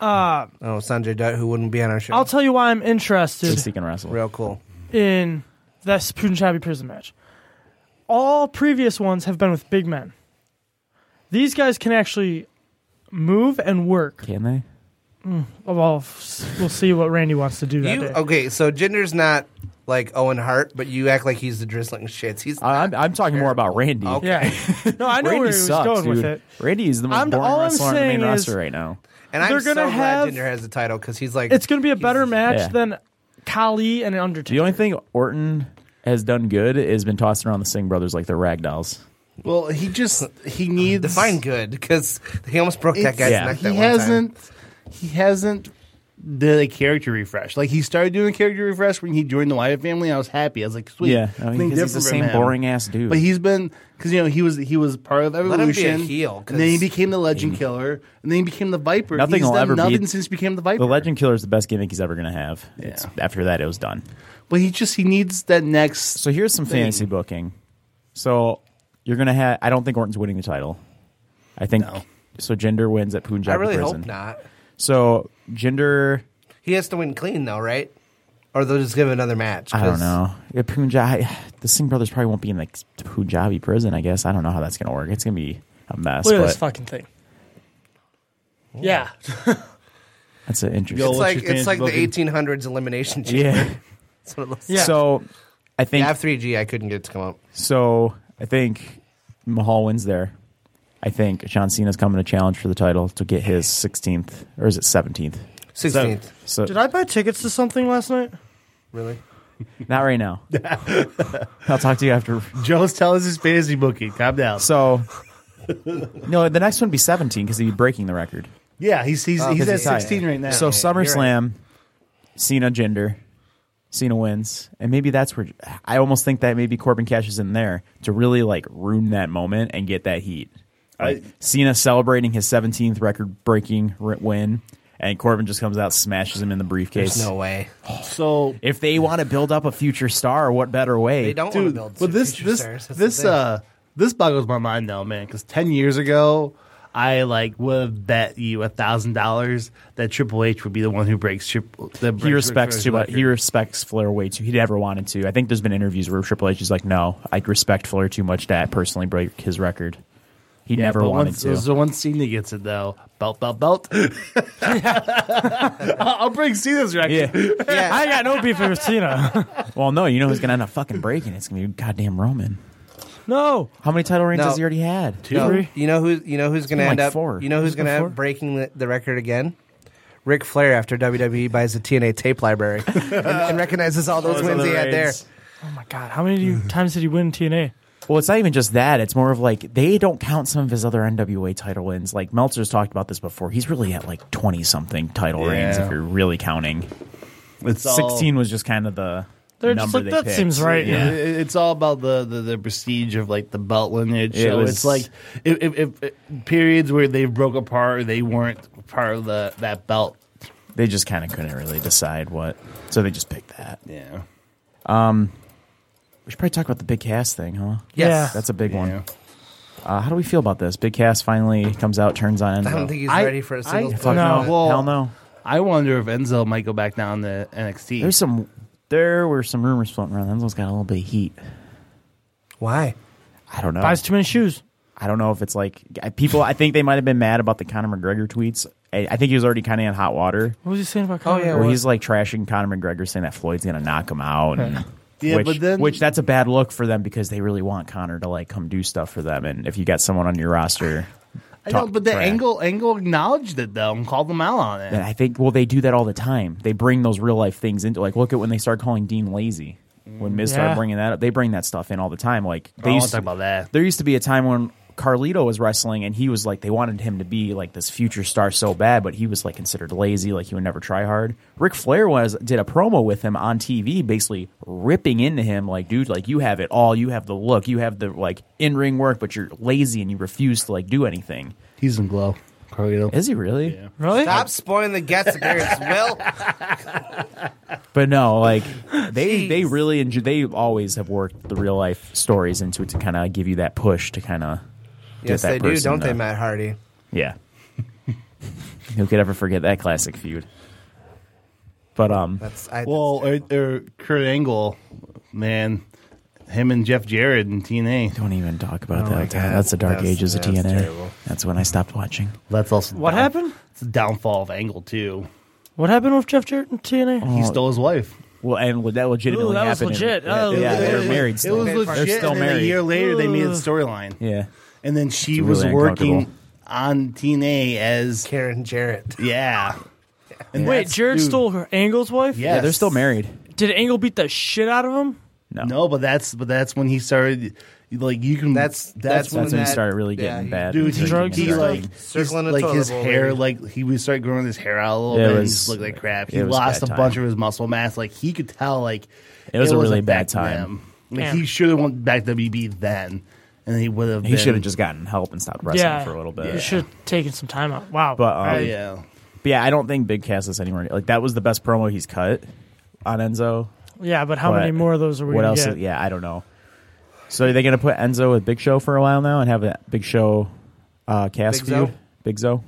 Speaker 7: Oh, Sanjay Dutt, who wouldn't be on our show.
Speaker 9: I'll tell you why I'm interested
Speaker 11: just he can wrestle.
Speaker 7: Real cool.
Speaker 9: in this Punjabi prison match. All previous ones have been with big men. These guys can actually move and work.
Speaker 11: Can they?
Speaker 9: Well, f- we'll see what Randy wants to do that
Speaker 7: You
Speaker 9: day.
Speaker 7: okay? So Jinder's not like Owen Hart, but you act like he's the drizzling shits. He's
Speaker 11: I- I'm, I'm talking more about Randy.
Speaker 7: Okay.
Speaker 9: Yeah. No, I know
Speaker 11: Randy
Speaker 9: where he was
Speaker 11: sucks,
Speaker 9: going
Speaker 11: dude.
Speaker 9: with it.
Speaker 11: Randy is the most
Speaker 9: I'm- all
Speaker 11: boring
Speaker 9: I'm
Speaker 11: wrestler on the main
Speaker 9: saying is-
Speaker 11: roster right now.
Speaker 7: and I'm
Speaker 9: they're
Speaker 7: so
Speaker 9: gonna
Speaker 7: glad
Speaker 9: have-
Speaker 7: Jinder has the title because he's like
Speaker 9: It's going to be a better match
Speaker 11: Yeah.
Speaker 9: than Kali and Undertaker.
Speaker 11: The only thing Orton has done good is been tossing around the Singh brothers like they're rag dolls.
Speaker 8: Well, he just he needs
Speaker 7: define good because he almost broke that
Speaker 8: It's-
Speaker 7: guy's
Speaker 11: yeah.
Speaker 7: neck. That
Speaker 8: he
Speaker 7: one time.
Speaker 8: hasn't he hasn't did a character refresh. Like he started doing a character refresh when he joined the Wyatt family. and I was happy. I was like, sweet,
Speaker 11: Yeah, I mean,
Speaker 8: something
Speaker 11: 'cause he's the
Speaker 8: different from
Speaker 11: same
Speaker 8: him.
Speaker 11: boring ass dude.
Speaker 8: But he's been because you know he was he was part of
Speaker 7: him be a
Speaker 8: Evolution.
Speaker 7: heel,
Speaker 8: and then he
Speaker 7: 'cause-
Speaker 8: became the Legend Killer, and then he became the Viper.
Speaker 11: Nothing
Speaker 8: he's
Speaker 11: will
Speaker 8: done
Speaker 11: ever be-
Speaker 8: nothing since he became the Viper.
Speaker 11: The Legend Killer is the best gimmick he's ever going to have. It's, after that, it was done.
Speaker 8: but he just he needs that next.
Speaker 11: So here's some fantasy booking. So you're going to have. I don't think Orton's winning the title. I think. So Jinder wins at Punjab
Speaker 7: I really
Speaker 11: Prison.
Speaker 7: hope not.
Speaker 11: So Jinder.
Speaker 7: He has to win clean though, right? Or they'll just give him another match.
Speaker 11: I
Speaker 7: 'cause-
Speaker 11: don't know. Yeah, Punjabi. The Singh brothers probably won't be in like Punjabi prison. I guess I don't know how that's going to work. It's going to be a mess.
Speaker 9: Look at
Speaker 11: but
Speaker 9: this fucking thing. Yeah.
Speaker 11: that's an interesting.
Speaker 8: Yo, what's
Speaker 7: It's like
Speaker 8: your
Speaker 7: it's
Speaker 8: fantasy
Speaker 7: like the
Speaker 8: booking?
Speaker 7: 1800s elimination chamber.
Speaker 11: yeah.
Speaker 7: That's what it looks
Speaker 9: Yeah.
Speaker 11: So I think
Speaker 7: I have 3G. I couldn't get it to come up.
Speaker 11: so. I think Mahal wins there. I think John Cena's coming to challenge for the title to get his 16th or is it 17th?
Speaker 7: 16th.
Speaker 11: So
Speaker 9: Did I buy tickets to something last night?
Speaker 7: really?
Speaker 11: not right now. I'll talk to you after.
Speaker 8: Joe's telling us his fantasy booking. Calm down.
Speaker 11: So no, the next one would be 17 because he'd be breaking the record. Uh,
Speaker 8: Yeah, he's he's,
Speaker 7: Oh,
Speaker 8: he's at
Speaker 11: he's tied.
Speaker 8: sixteen right now.
Speaker 11: So
Speaker 8: So
Speaker 11: SummerSlam, Cena gender, Cena wins, and maybe that's where I almost think that maybe Corbin cashes in there to really like ruin that moment and get that heat. Like, Cena celebrating his 17th record breaking win, and Corbin just comes out smashes him in the briefcase.
Speaker 7: No way.
Speaker 8: so
Speaker 11: If they want to build up a future star, what better way?
Speaker 7: They don't want to
Speaker 8: dude.
Speaker 7: build.
Speaker 8: Well, this
Speaker 7: future
Speaker 8: this
Speaker 7: stars. That's the
Speaker 8: this
Speaker 7: thing.
Speaker 8: uh this boggles my mind now, man. Because ten years ago, I like would have bet you a thousand dollars that Triple H would be the one who breaks triple. That breaks
Speaker 11: He
Speaker 8: Ric
Speaker 11: respects
Speaker 8: Flair's
Speaker 11: too much. He
Speaker 8: record.
Speaker 11: respects Flair way too. He never wanted to. I think there's been interviews where Triple H is like, "No, I respect Flair too much to personally break his record." He
Speaker 8: Yeah,
Speaker 11: never
Speaker 8: but
Speaker 11: wanted
Speaker 8: once,
Speaker 11: to.
Speaker 8: So once Cena gets it though, belt, belt, belt. I'll break Cena's record.
Speaker 11: yeah.
Speaker 7: yeah.
Speaker 9: I got no beef with Cena.
Speaker 11: Well, no, you know who's gonna end up fucking breaking. it? It's gonna be goddamn Roman.
Speaker 9: no.
Speaker 11: How many title reigns
Speaker 7: No.
Speaker 11: has he already had?
Speaker 7: No,
Speaker 9: Three.
Speaker 7: you know who you know who's going to
Speaker 11: been
Speaker 7: end
Speaker 11: like
Speaker 7: up
Speaker 11: four.
Speaker 7: you know who's
Speaker 11: It's been
Speaker 7: going to end
Speaker 11: four.
Speaker 7: up breaking the, the record again? Ric Flair after WWE buys the TNA tape library and, and recognizes all those
Speaker 11: Those
Speaker 7: wins
Speaker 11: other
Speaker 7: he had there.
Speaker 11: reigns.
Speaker 9: Oh my god, how many do you- times did he win TNA?
Speaker 11: Well, it's not even just that. It's more of like they don't count some of his other NWA title wins. Like Meltzer's talked about this before. He's really at like twenty something title
Speaker 9: Yeah.
Speaker 11: reigns if you're really counting.
Speaker 8: It's all-
Speaker 11: sixteen was just kind of the
Speaker 9: They're just
Speaker 11: number
Speaker 9: like,
Speaker 11: they
Speaker 9: "That
Speaker 11: picked.
Speaker 9: seems right."
Speaker 11: Yeah.
Speaker 8: It- it- it's all about the, the, the prestige of like the belt lineage.
Speaker 11: It
Speaker 8: so
Speaker 11: was-
Speaker 8: it's like if, if, if, if periods where they broke apart or they weren't part of the that belt.
Speaker 11: They just kind of couldn't really decide what, so they just picked that.
Speaker 8: Yeah.
Speaker 11: Um, we should probably talk about the big cast thing, huh?
Speaker 7: Yes. Yeah.
Speaker 11: that's a big one. Uh, how do we feel about this? Big cast finally comes out, turns on.
Speaker 7: I don't
Speaker 11: Enzo.
Speaker 7: think he's
Speaker 8: I-
Speaker 7: ready for a
Speaker 8: I,
Speaker 7: single.
Speaker 11: Fuck no. no. Hell no.
Speaker 8: I wonder if Enzo might go back down to NXT.
Speaker 11: There's some. There were some rumors floating around. Enzo's got a little bit of heat.
Speaker 7: Why?
Speaker 11: I don't know.
Speaker 9: Buys too many shoes.
Speaker 11: I don't know if it's like I- people. I think they might have been mad about the Conor McGregor tweets. I, I think he was already kind of in hot water.
Speaker 9: What was he saying about? Conor?
Speaker 11: where he's like trashing Conor McGregor, saying that Floyd's gonna knock him out. And,
Speaker 8: Yeah,
Speaker 11: which,
Speaker 8: but then-
Speaker 11: which that's a bad look for them because they really want Conor to like come do stuff for them. And if you got someone on your roster,
Speaker 8: I know,
Speaker 11: talk
Speaker 8: but the
Speaker 11: trash.
Speaker 8: angle angle acknowledged it though and called them out on it.
Speaker 11: And I think well they do that all the time. They bring those real life things into like look at when they start calling Dean lazy. When Miz
Speaker 8: Yeah.
Speaker 11: started bringing that up, they bring that stuff in all the time. Like
Speaker 8: I
Speaker 11: they
Speaker 8: don't
Speaker 11: used
Speaker 8: wanna talk about that.
Speaker 11: There used to be a time when Carlito was wrestling and he was like they wanted him to be like this future star so bad, but he was like considered lazy, like he would never try hard. Ric Flair was did a promo with him on TV, basically ripping into him like, dude, like you have it all, you have the look, you have the like in ring work, but you're lazy and you refuse to like do anything.
Speaker 8: He's in glow. Carlito.
Speaker 11: Is he really? Yeah.
Speaker 9: Really?
Speaker 7: Stop spoiling the guest appearance, Will.
Speaker 11: But no, like they they really enjoy. They always have worked the real life stories into it to kind of give you that push to kind of.
Speaker 7: Yes, they do, don't they, Matt Hardy?
Speaker 11: Yeah. Who could ever forget that classic feud? But um,
Speaker 8: well, or, or Kurt Angle, man, him and Jeff Jarrett and TNA.
Speaker 11: Don't even talk about that. Oh that's the dark ages of TNA. That's when I stopped watching.
Speaker 8: That's also
Speaker 9: What happened?
Speaker 8: It's the downfall of Angle too.
Speaker 9: What happened with Jeff Jarrett and TNA?
Speaker 8: He stole his wife.
Speaker 11: Well, and that legitimately
Speaker 9: Ooh, that was
Speaker 11: happened. in-
Speaker 9: legit. Oh,
Speaker 11: yeah, they
Speaker 9: it-
Speaker 11: were married.
Speaker 9: it
Speaker 11: Still.
Speaker 9: was
Speaker 11: They're
Speaker 8: legit,
Speaker 11: still
Speaker 8: and then
Speaker 11: married.
Speaker 8: A year later, they made a
Speaker 9: Ugh.
Speaker 8: storyline.
Speaker 11: Yeah,
Speaker 8: and then she
Speaker 11: It's
Speaker 8: was
Speaker 11: really
Speaker 8: working
Speaker 11: uncomfortable.
Speaker 8: on TNA as
Speaker 7: Karen Jarrett.
Speaker 8: Yeah. And
Speaker 9: Wait,
Speaker 8: that's-
Speaker 9: Jarrett
Speaker 8: dude,
Speaker 9: stole her Angle's wife?
Speaker 11: Yeah, they're still married.
Speaker 9: Did Angle beat the shit out of him?
Speaker 11: No,
Speaker 8: but that's but that's when he started. Like you can. That's
Speaker 11: that's when he started really getting Yeah, he- bad
Speaker 8: Dude,
Speaker 11: and
Speaker 8: he,
Speaker 11: drinking
Speaker 8: he,
Speaker 11: and
Speaker 8: like
Speaker 11: drinking.
Speaker 8: his,
Speaker 7: Circling the
Speaker 8: like
Speaker 7: toilet
Speaker 8: his
Speaker 7: bowl,
Speaker 8: hair,
Speaker 7: baby.
Speaker 8: like he would start growing his hair out a little
Speaker 11: It
Speaker 8: bit. and
Speaker 11: was-
Speaker 8: he just looked like crap. He
Speaker 11: it was
Speaker 8: lost a
Speaker 11: bad
Speaker 8: bunch
Speaker 11: time.
Speaker 8: of his muscle mass. Like he could tell. Like
Speaker 11: It was a really bad
Speaker 8: affecting
Speaker 11: time.
Speaker 8: him. Like
Speaker 11: Damn.
Speaker 8: he should have went back to WB then, and he would have.
Speaker 11: He should have just gotten help and stopped wrestling
Speaker 9: yeah.
Speaker 11: for a little bit.
Speaker 9: You should Oh, have taken some time out. Wow.
Speaker 11: But um,
Speaker 9: I-
Speaker 11: but yeah, I don't think Big Cass is anywhere. Like that was the best promo he's cut on Enzo.
Speaker 9: Yeah, but how many more of those are we
Speaker 11: What
Speaker 9: gonna
Speaker 11: else?
Speaker 9: get?
Speaker 11: is- yeah, I don't know. So are they going to put Enzo with Big Show for a while now and have that Big Show uh, Cass
Speaker 8: Big
Speaker 11: feud?
Speaker 8: Zo?
Speaker 11: Big Zo.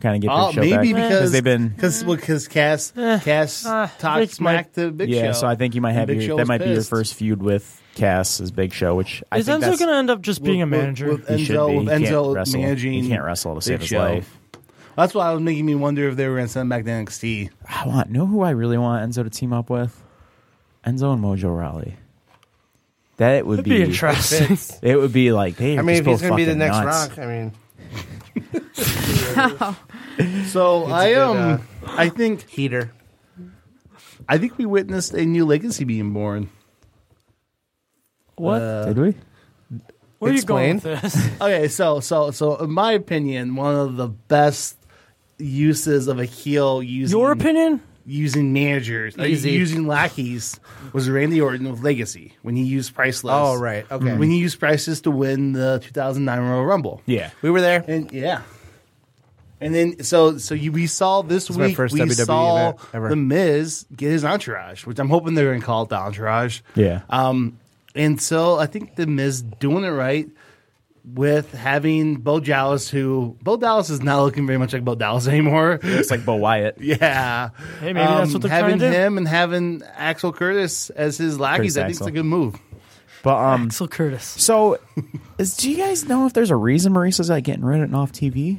Speaker 11: Kind of get Big
Speaker 8: Oh,
Speaker 11: Show
Speaker 8: maybe
Speaker 11: back.
Speaker 8: because
Speaker 11: they've been
Speaker 8: because because Cass Cass talks
Speaker 9: Big Mike-
Speaker 8: smack to Big Show.
Speaker 11: yeah. So I think you might
Speaker 8: And
Speaker 11: have
Speaker 8: Big
Speaker 11: your,
Speaker 8: Show
Speaker 11: that
Speaker 8: was
Speaker 11: might be your
Speaker 8: pissed.
Speaker 11: first feud with Cass as Big Show, which I
Speaker 9: Is
Speaker 11: think
Speaker 9: Enzo
Speaker 11: that's
Speaker 9: going to end up just being a
Speaker 8: with-
Speaker 9: manager?
Speaker 8: With,
Speaker 11: He should be.
Speaker 8: Enzo, with
Speaker 11: He can't
Speaker 8: Enzo
Speaker 11: wrestle.
Speaker 8: managing.
Speaker 11: He can't wrestle to save
Speaker 8: Big
Speaker 11: his
Speaker 8: Show.
Speaker 11: life.
Speaker 8: That's why I was making me wonder if they were going to send him back to NXT.
Speaker 11: I want know who I really want Enzo to team up with? Enzo and Mojo Raleigh. That would
Speaker 7: That'd be interesting.
Speaker 11: It would be like they.
Speaker 7: I
Speaker 11: are
Speaker 7: mean,
Speaker 11: just
Speaker 7: if he's
Speaker 11: both
Speaker 7: going to be the
Speaker 11: fucking
Speaker 7: next Rock,
Speaker 11: nuts.
Speaker 7: I mean,
Speaker 8: So
Speaker 7: It's a
Speaker 8: I
Speaker 7: good,
Speaker 8: um
Speaker 7: uh,
Speaker 8: I think
Speaker 7: heater.
Speaker 8: I think we witnessed a new legacy being born.
Speaker 9: What?
Speaker 7: uh,
Speaker 11: Did we?
Speaker 9: Where are you going with this?
Speaker 8: Uh, okay, so so so in my opinion, one of the best uses of a heel using your
Speaker 9: opinion
Speaker 8: using managers uh,
Speaker 7: Easy.
Speaker 8: using lackeys was Randy Orton with Legacy when he used Priceless.
Speaker 7: Oh, right, okay.
Speaker 8: When he used Priceless to win the 2009 Royal Rumble.
Speaker 11: Yeah.
Speaker 7: We were there.
Speaker 8: And yeah. And then so so you, we saw this
Speaker 7: It's my
Speaker 8: week
Speaker 7: first
Speaker 8: we
Speaker 11: E
Speaker 7: WWE
Speaker 8: saw
Speaker 7: event ever.
Speaker 8: the Miz get his entourage, which I'm hoping they're going to call it the entourage.
Speaker 11: Yeah.
Speaker 8: Um, and so I think the Miz doing it right with having Bo Dallas, who Bo Dallas is not looking very much like Bo Dallas anymore.
Speaker 11: It's like Bo Wyatt.
Speaker 8: yeah.
Speaker 9: Hey, maybe that's what
Speaker 8: Um,
Speaker 9: they're
Speaker 8: having
Speaker 9: trying to do.
Speaker 8: him and having Axel Curtis as his lackeys.
Speaker 11: Curtis
Speaker 8: I think
Speaker 11: Axel.
Speaker 8: it's a good move.
Speaker 11: But um,
Speaker 9: Axel Curtis.
Speaker 11: So, is, do you guys know if there's a reason Marissa's like getting rid of it and off TV?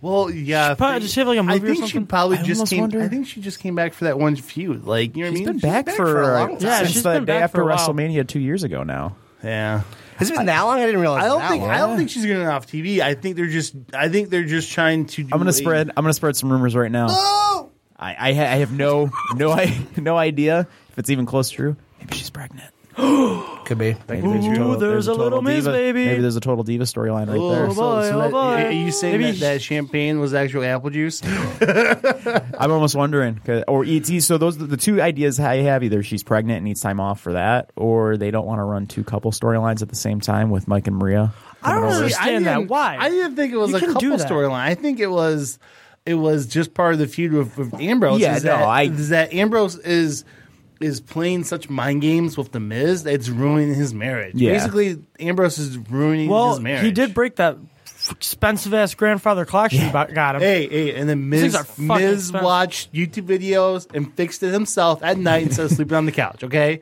Speaker 8: Well, yeah.
Speaker 9: probably-
Speaker 8: I
Speaker 9: does she have, like, a
Speaker 8: Uh, I
Speaker 9: movie or
Speaker 8: think she
Speaker 9: something?
Speaker 8: probably
Speaker 9: I
Speaker 8: just
Speaker 9: almost
Speaker 8: came.
Speaker 9: wonder.
Speaker 8: I think she just came back for that one feud. Like you know, what I mean,
Speaker 11: She's been back for,
Speaker 8: a
Speaker 11: uh,
Speaker 8: long time.
Speaker 9: Yeah,
Speaker 11: since
Speaker 9: she's
Speaker 11: the
Speaker 9: been
Speaker 11: day
Speaker 9: back
Speaker 11: after
Speaker 9: for a while.
Speaker 11: WrestleMania two years ago now.
Speaker 8: Yeah.
Speaker 7: Has it been that long? I didn't realize.
Speaker 8: I don't
Speaker 7: that
Speaker 8: think
Speaker 7: long.
Speaker 8: I don't think she's getting off TV. I think they're just I think they're just trying to. Do
Speaker 11: I'm gonna
Speaker 8: a-
Speaker 11: spread. I'm gonna spread some rumors right now.
Speaker 8: No!
Speaker 11: I I, ha- I have no no I no idea if it's even close to true. Maybe she's pregnant.
Speaker 7: Could be.
Speaker 11: Maybe there's a total-
Speaker 9: there's a
Speaker 11: total
Speaker 9: little Miz
Speaker 11: diva-
Speaker 9: baby.
Speaker 11: Maybe there's a total diva storyline right
Speaker 8: Oh,
Speaker 11: there.
Speaker 8: so- so
Speaker 9: oh
Speaker 8: that-
Speaker 9: boy.
Speaker 8: Are you saying
Speaker 9: Maybe
Speaker 8: that, that champagne was actual apple juice?
Speaker 9: oh.
Speaker 11: I'm almost wondering, 'cause- or ET. So those are the two ideas I have: either she's pregnant and needs time off for that, or they don't want to run two couple storylines at the same time with Mike and Maria.
Speaker 8: I don't
Speaker 11: coming over.
Speaker 9: understand that.
Speaker 8: didn't-
Speaker 9: Why?
Speaker 8: I didn't think it was
Speaker 9: You
Speaker 8: a
Speaker 9: can do
Speaker 8: couple
Speaker 9: that.
Speaker 8: storyline. I think it was it was just part of the feud with, with Ambrose.
Speaker 11: Yeah,
Speaker 8: Oh, is
Speaker 11: no,
Speaker 8: that,
Speaker 11: I-
Speaker 8: is that Ambrose is is playing such mind games with the Miz that it's ruining his marriage.
Speaker 9: Yeah.
Speaker 8: Basically, Ambrose is ruining
Speaker 9: Well,
Speaker 8: his marriage.
Speaker 9: he did break that expensive ass grandfather clock she bought- got him.
Speaker 8: Hey, hey, and then Miz,
Speaker 9: These things are fucking
Speaker 8: Miz
Speaker 9: expensive.
Speaker 8: watched YouTube videos and fixed it himself at night instead of sleeping on the couch. Okay,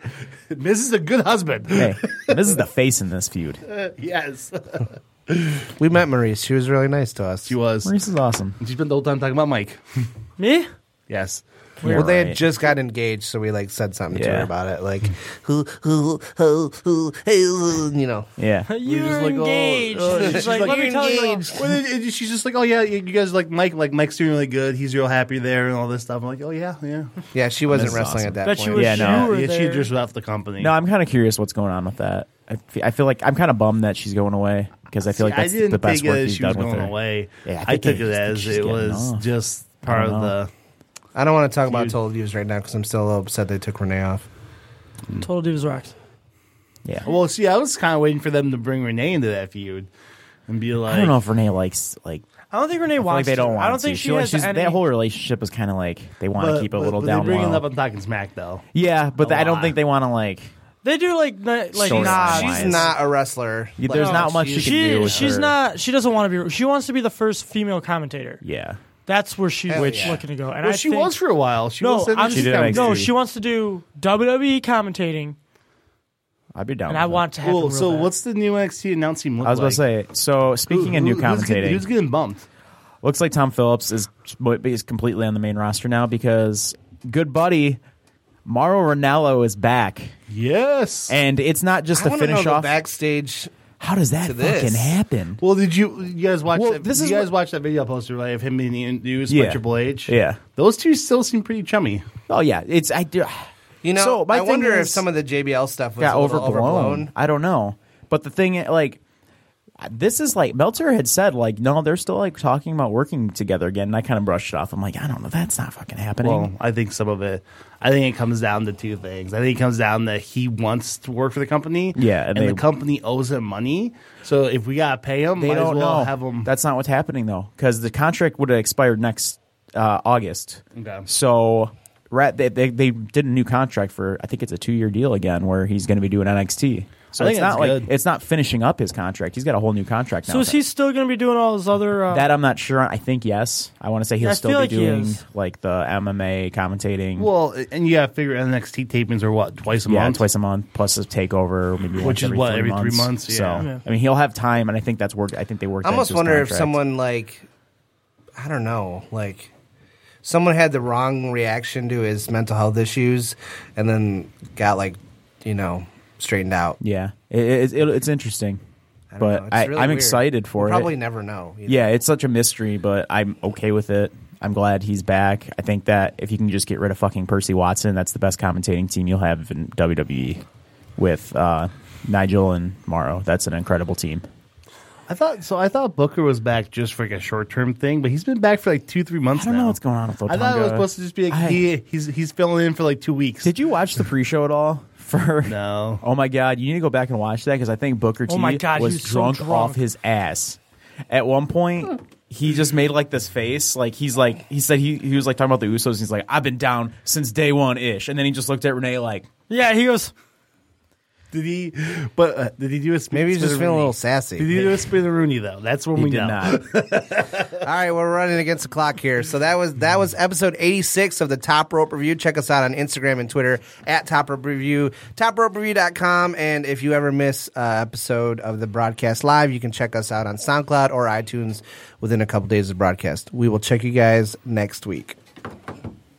Speaker 8: Miz is a good husband.
Speaker 11: hey, this is the face in this feud.
Speaker 8: yes,
Speaker 7: we met Maurice. She was really nice to us. She
Speaker 8: was.
Speaker 11: Maurice is awesome.
Speaker 8: She spent the whole time talking about Mike.
Speaker 9: Me?
Speaker 8: Yes.
Speaker 7: Well, they had
Speaker 11: Right.
Speaker 7: just got engaged, so we like said something to
Speaker 11: Yeah.
Speaker 7: her about it, like who, who, who, who, hey, who, you know.
Speaker 11: Yeah.
Speaker 9: You're
Speaker 8: like, oh,
Speaker 9: engaged.
Speaker 8: oh,
Speaker 9: She's
Speaker 8: she's
Speaker 9: like,
Speaker 8: like,
Speaker 9: let me
Speaker 8: "You're
Speaker 9: tell you.
Speaker 7: engaged."
Speaker 8: Well, it- it- she's just like, oh yeah, you you guys like Mike. Like Mike's doing really good. He's real happy there and all this stuff. I'm like, oh yeah, yeah.
Speaker 7: Yeah, she wasn't
Speaker 11: This is
Speaker 7: wrestling
Speaker 11: awesome.
Speaker 7: at that
Speaker 9: Bet
Speaker 7: point.
Speaker 9: you wish
Speaker 11: Yeah, no.
Speaker 9: you were
Speaker 8: yeah,
Speaker 9: there.
Speaker 8: she just left the company.
Speaker 11: No, I'm kind of curious what's going on with that. I fe- I feel like I'm kind of bummed that she's going away because I feel like
Speaker 8: I
Speaker 11: that's
Speaker 8: didn't
Speaker 11: the best
Speaker 8: think
Speaker 11: work
Speaker 8: it as
Speaker 11: he's
Speaker 8: she was
Speaker 11: done with
Speaker 8: going
Speaker 11: her.
Speaker 8: away.
Speaker 11: Yeah,
Speaker 8: I,
Speaker 11: I think
Speaker 8: took
Speaker 11: it-
Speaker 8: it
Speaker 11: I think
Speaker 8: as
Speaker 11: she's
Speaker 8: it
Speaker 11: getting
Speaker 8: was
Speaker 11: off.
Speaker 8: just part of
Speaker 11: don't know.
Speaker 8: the.
Speaker 7: I don't want to talk about Total Divas right now because I'm still a little upset they took Renee off.
Speaker 9: Total Divas rocks.
Speaker 11: Yeah.
Speaker 8: Well, see, I was kind of waiting for them to bring Renee into that feud and be like,
Speaker 11: I don't know if Renee likes like.
Speaker 9: I don't think Renee
Speaker 11: I feel like
Speaker 9: wants.
Speaker 11: they don't
Speaker 9: to.
Speaker 11: want.
Speaker 9: I don't think
Speaker 11: to.
Speaker 9: she,
Speaker 11: like,
Speaker 9: has
Speaker 11: she's-
Speaker 9: any.
Speaker 11: That whole relationship is kind of like they want to keep it a little
Speaker 8: but
Speaker 11: down
Speaker 8: They bring it
Speaker 11: low.
Speaker 8: up on Talking Smack though.
Speaker 11: yeah, but
Speaker 8: a
Speaker 11: I don't
Speaker 8: lot.
Speaker 11: think they want to like.
Speaker 9: they do like n- like
Speaker 11: Storyline
Speaker 9: nods.
Speaker 11: wise.
Speaker 7: She's not a wrestler.
Speaker 11: y- There's
Speaker 9: No,
Speaker 11: not much
Speaker 9: she,
Speaker 11: you can do. With
Speaker 9: she's
Speaker 11: her.
Speaker 9: not. She doesn't want to be. She wants to be the first female commentator.
Speaker 11: Yeah.
Speaker 9: That's where she's
Speaker 7: Hell yeah.
Speaker 9: looking to go. And
Speaker 8: Well,
Speaker 9: I
Speaker 8: she
Speaker 9: think,
Speaker 8: was for a while. She
Speaker 9: No,
Speaker 8: was in
Speaker 9: I'm
Speaker 8: the
Speaker 11: She did
Speaker 8: company.
Speaker 11: NXT.
Speaker 9: no. She wants to do WWE commentating,
Speaker 11: I'd be down.
Speaker 9: and
Speaker 11: with
Speaker 9: I
Speaker 11: that.
Speaker 9: want to have.
Speaker 8: Well,
Speaker 9: it real
Speaker 8: Oh, so
Speaker 9: bad.
Speaker 8: what's the new NXT announce team look
Speaker 11: I was about
Speaker 8: like?
Speaker 11: to say. So speaking of new
Speaker 8: who's getting,
Speaker 11: commentating,
Speaker 8: who's getting bumped?
Speaker 11: looks like Tom Phillips is is completely on the main roster now because good buddy Mauro Ranallo is back,
Speaker 8: Yes.
Speaker 11: and it's not just
Speaker 7: I
Speaker 11: to
Speaker 7: want to know
Speaker 11: finish
Speaker 7: the
Speaker 11: off.
Speaker 7: backstage.
Speaker 11: How does that
Speaker 7: to
Speaker 11: fucking
Speaker 7: this.
Speaker 11: happen?
Speaker 8: well, did you you guys watch?
Speaker 11: Well,
Speaker 8: that,
Speaker 11: this
Speaker 8: you
Speaker 11: is
Speaker 8: guys
Speaker 11: what-
Speaker 8: watch that video poster right, of him being introduced
Speaker 11: Yeah.
Speaker 8: by Triple H.
Speaker 11: Yeah.
Speaker 8: Those two still seem pretty chummy.
Speaker 11: Oh yeah, it's I do.
Speaker 7: You know,
Speaker 11: so my
Speaker 7: I
Speaker 11: thing
Speaker 7: wonder if
Speaker 11: is-
Speaker 7: some of the JBL stuff was
Speaker 11: got
Speaker 7: a little
Speaker 11: overblown. I don't know. But the thing, like, this is like Meltzer had said, like, no, they're still like talking about working together again. And I kind of brushed it off. I'm like, I don't know, that's not fucking happening.
Speaker 8: Well, I think some of it. I think it comes down to two things. I think it comes down that he wants to work for the company.
Speaker 11: Yeah,
Speaker 8: and,
Speaker 11: and they-
Speaker 8: the company owes him money. So if we gotta pay him,
Speaker 11: they
Speaker 8: might
Speaker 11: don't
Speaker 8: as well
Speaker 11: know.
Speaker 8: have him.
Speaker 11: That's not what's happening though, because the contract would have expired next uh, August.
Speaker 8: Okay.
Speaker 11: So. Right, they, they they did a new contract for I think it's a two year deal again where he's going to be doing NXT. So
Speaker 8: I think that's
Speaker 11: it's not like
Speaker 8: good.
Speaker 11: it's not finishing up his contract. He's got a whole new contract now.
Speaker 9: So is he still going to be doing all his other? Uh,
Speaker 11: That I'm not sure. on. I think yes. I want to say he'll
Speaker 9: I
Speaker 11: still be
Speaker 9: feel like he
Speaker 11: doing
Speaker 9: is.
Speaker 11: like the MMA commentating.
Speaker 8: well, and you gotta figure NXT tapings are what twice a
Speaker 11: yeah,
Speaker 8: month.
Speaker 11: twice a month plus a takeover, maybe once
Speaker 8: is
Speaker 11: every
Speaker 8: what,
Speaker 11: three
Speaker 8: every three
Speaker 11: months.
Speaker 8: months? Yeah.
Speaker 11: So
Speaker 9: Yeah.
Speaker 11: I mean, he'll have time, and I think that's work. I think they worked.
Speaker 7: I
Speaker 11: that
Speaker 7: almost
Speaker 11: into his
Speaker 7: wonder if
Speaker 11: contract.
Speaker 7: someone like, I don't know, like someone had the wrong reaction to his mental health issues, and then got like, you know, straightened out.
Speaker 11: Yeah, it, it, it, it's interesting,
Speaker 7: I don't
Speaker 11: but
Speaker 7: know. It's
Speaker 11: I,
Speaker 7: really
Speaker 11: I'm
Speaker 7: weird.
Speaker 11: excited for
Speaker 7: We'll
Speaker 11: it.
Speaker 7: Probably never know. either.
Speaker 11: Yeah, it's such a mystery, but I'm okay with it. I'm glad he's back. I think that if you can just get rid of fucking Percy Watson, that's the best commentating team you'll have in WWE with uh, Nigel and Morrow. That's an incredible team.
Speaker 8: I thought so. I thought Booker was back just for like a short term thing, but he's been back for like two, three months.
Speaker 11: I don't
Speaker 8: now.
Speaker 11: know what's going on with Otunga.
Speaker 8: I thought it was supposed to just be like
Speaker 11: I-
Speaker 8: he, he's he's filling in for like two weeks.
Speaker 11: Did you watch the pre-show at all? For
Speaker 8: No.
Speaker 11: Oh my god, you need to go back and watch that because I think Booker T
Speaker 9: Oh my God, he
Speaker 11: was
Speaker 9: was so
Speaker 11: drunk,
Speaker 9: drunk.
Speaker 11: off his ass. At one point, he just made like this face, like he's like he said he he was like talking about the Usos. And he's like, I've been down since day one ish, and then he just looked at Renee like,
Speaker 9: yeah, he goes.
Speaker 8: Did he? But uh, did he do a? Sp-
Speaker 7: Maybe he's just
Speaker 8: Spinner
Speaker 7: feeling a
Speaker 8: Rooney?
Speaker 7: little sassy.
Speaker 8: Did he do a spinner Rooney though? That's when
Speaker 11: he
Speaker 8: we
Speaker 11: did
Speaker 8: know.
Speaker 11: not.
Speaker 7: All right, we're running against the clock here. So that was that was episode 86 of the Top Rope Review. Check us out on Instagram and Twitter at Top Rope Review, topropereview.com. And if you ever miss uh, episode of the broadcast live, you can check us out on SoundCloud or iTunes within a couple days of broadcast. We will check you guys next week.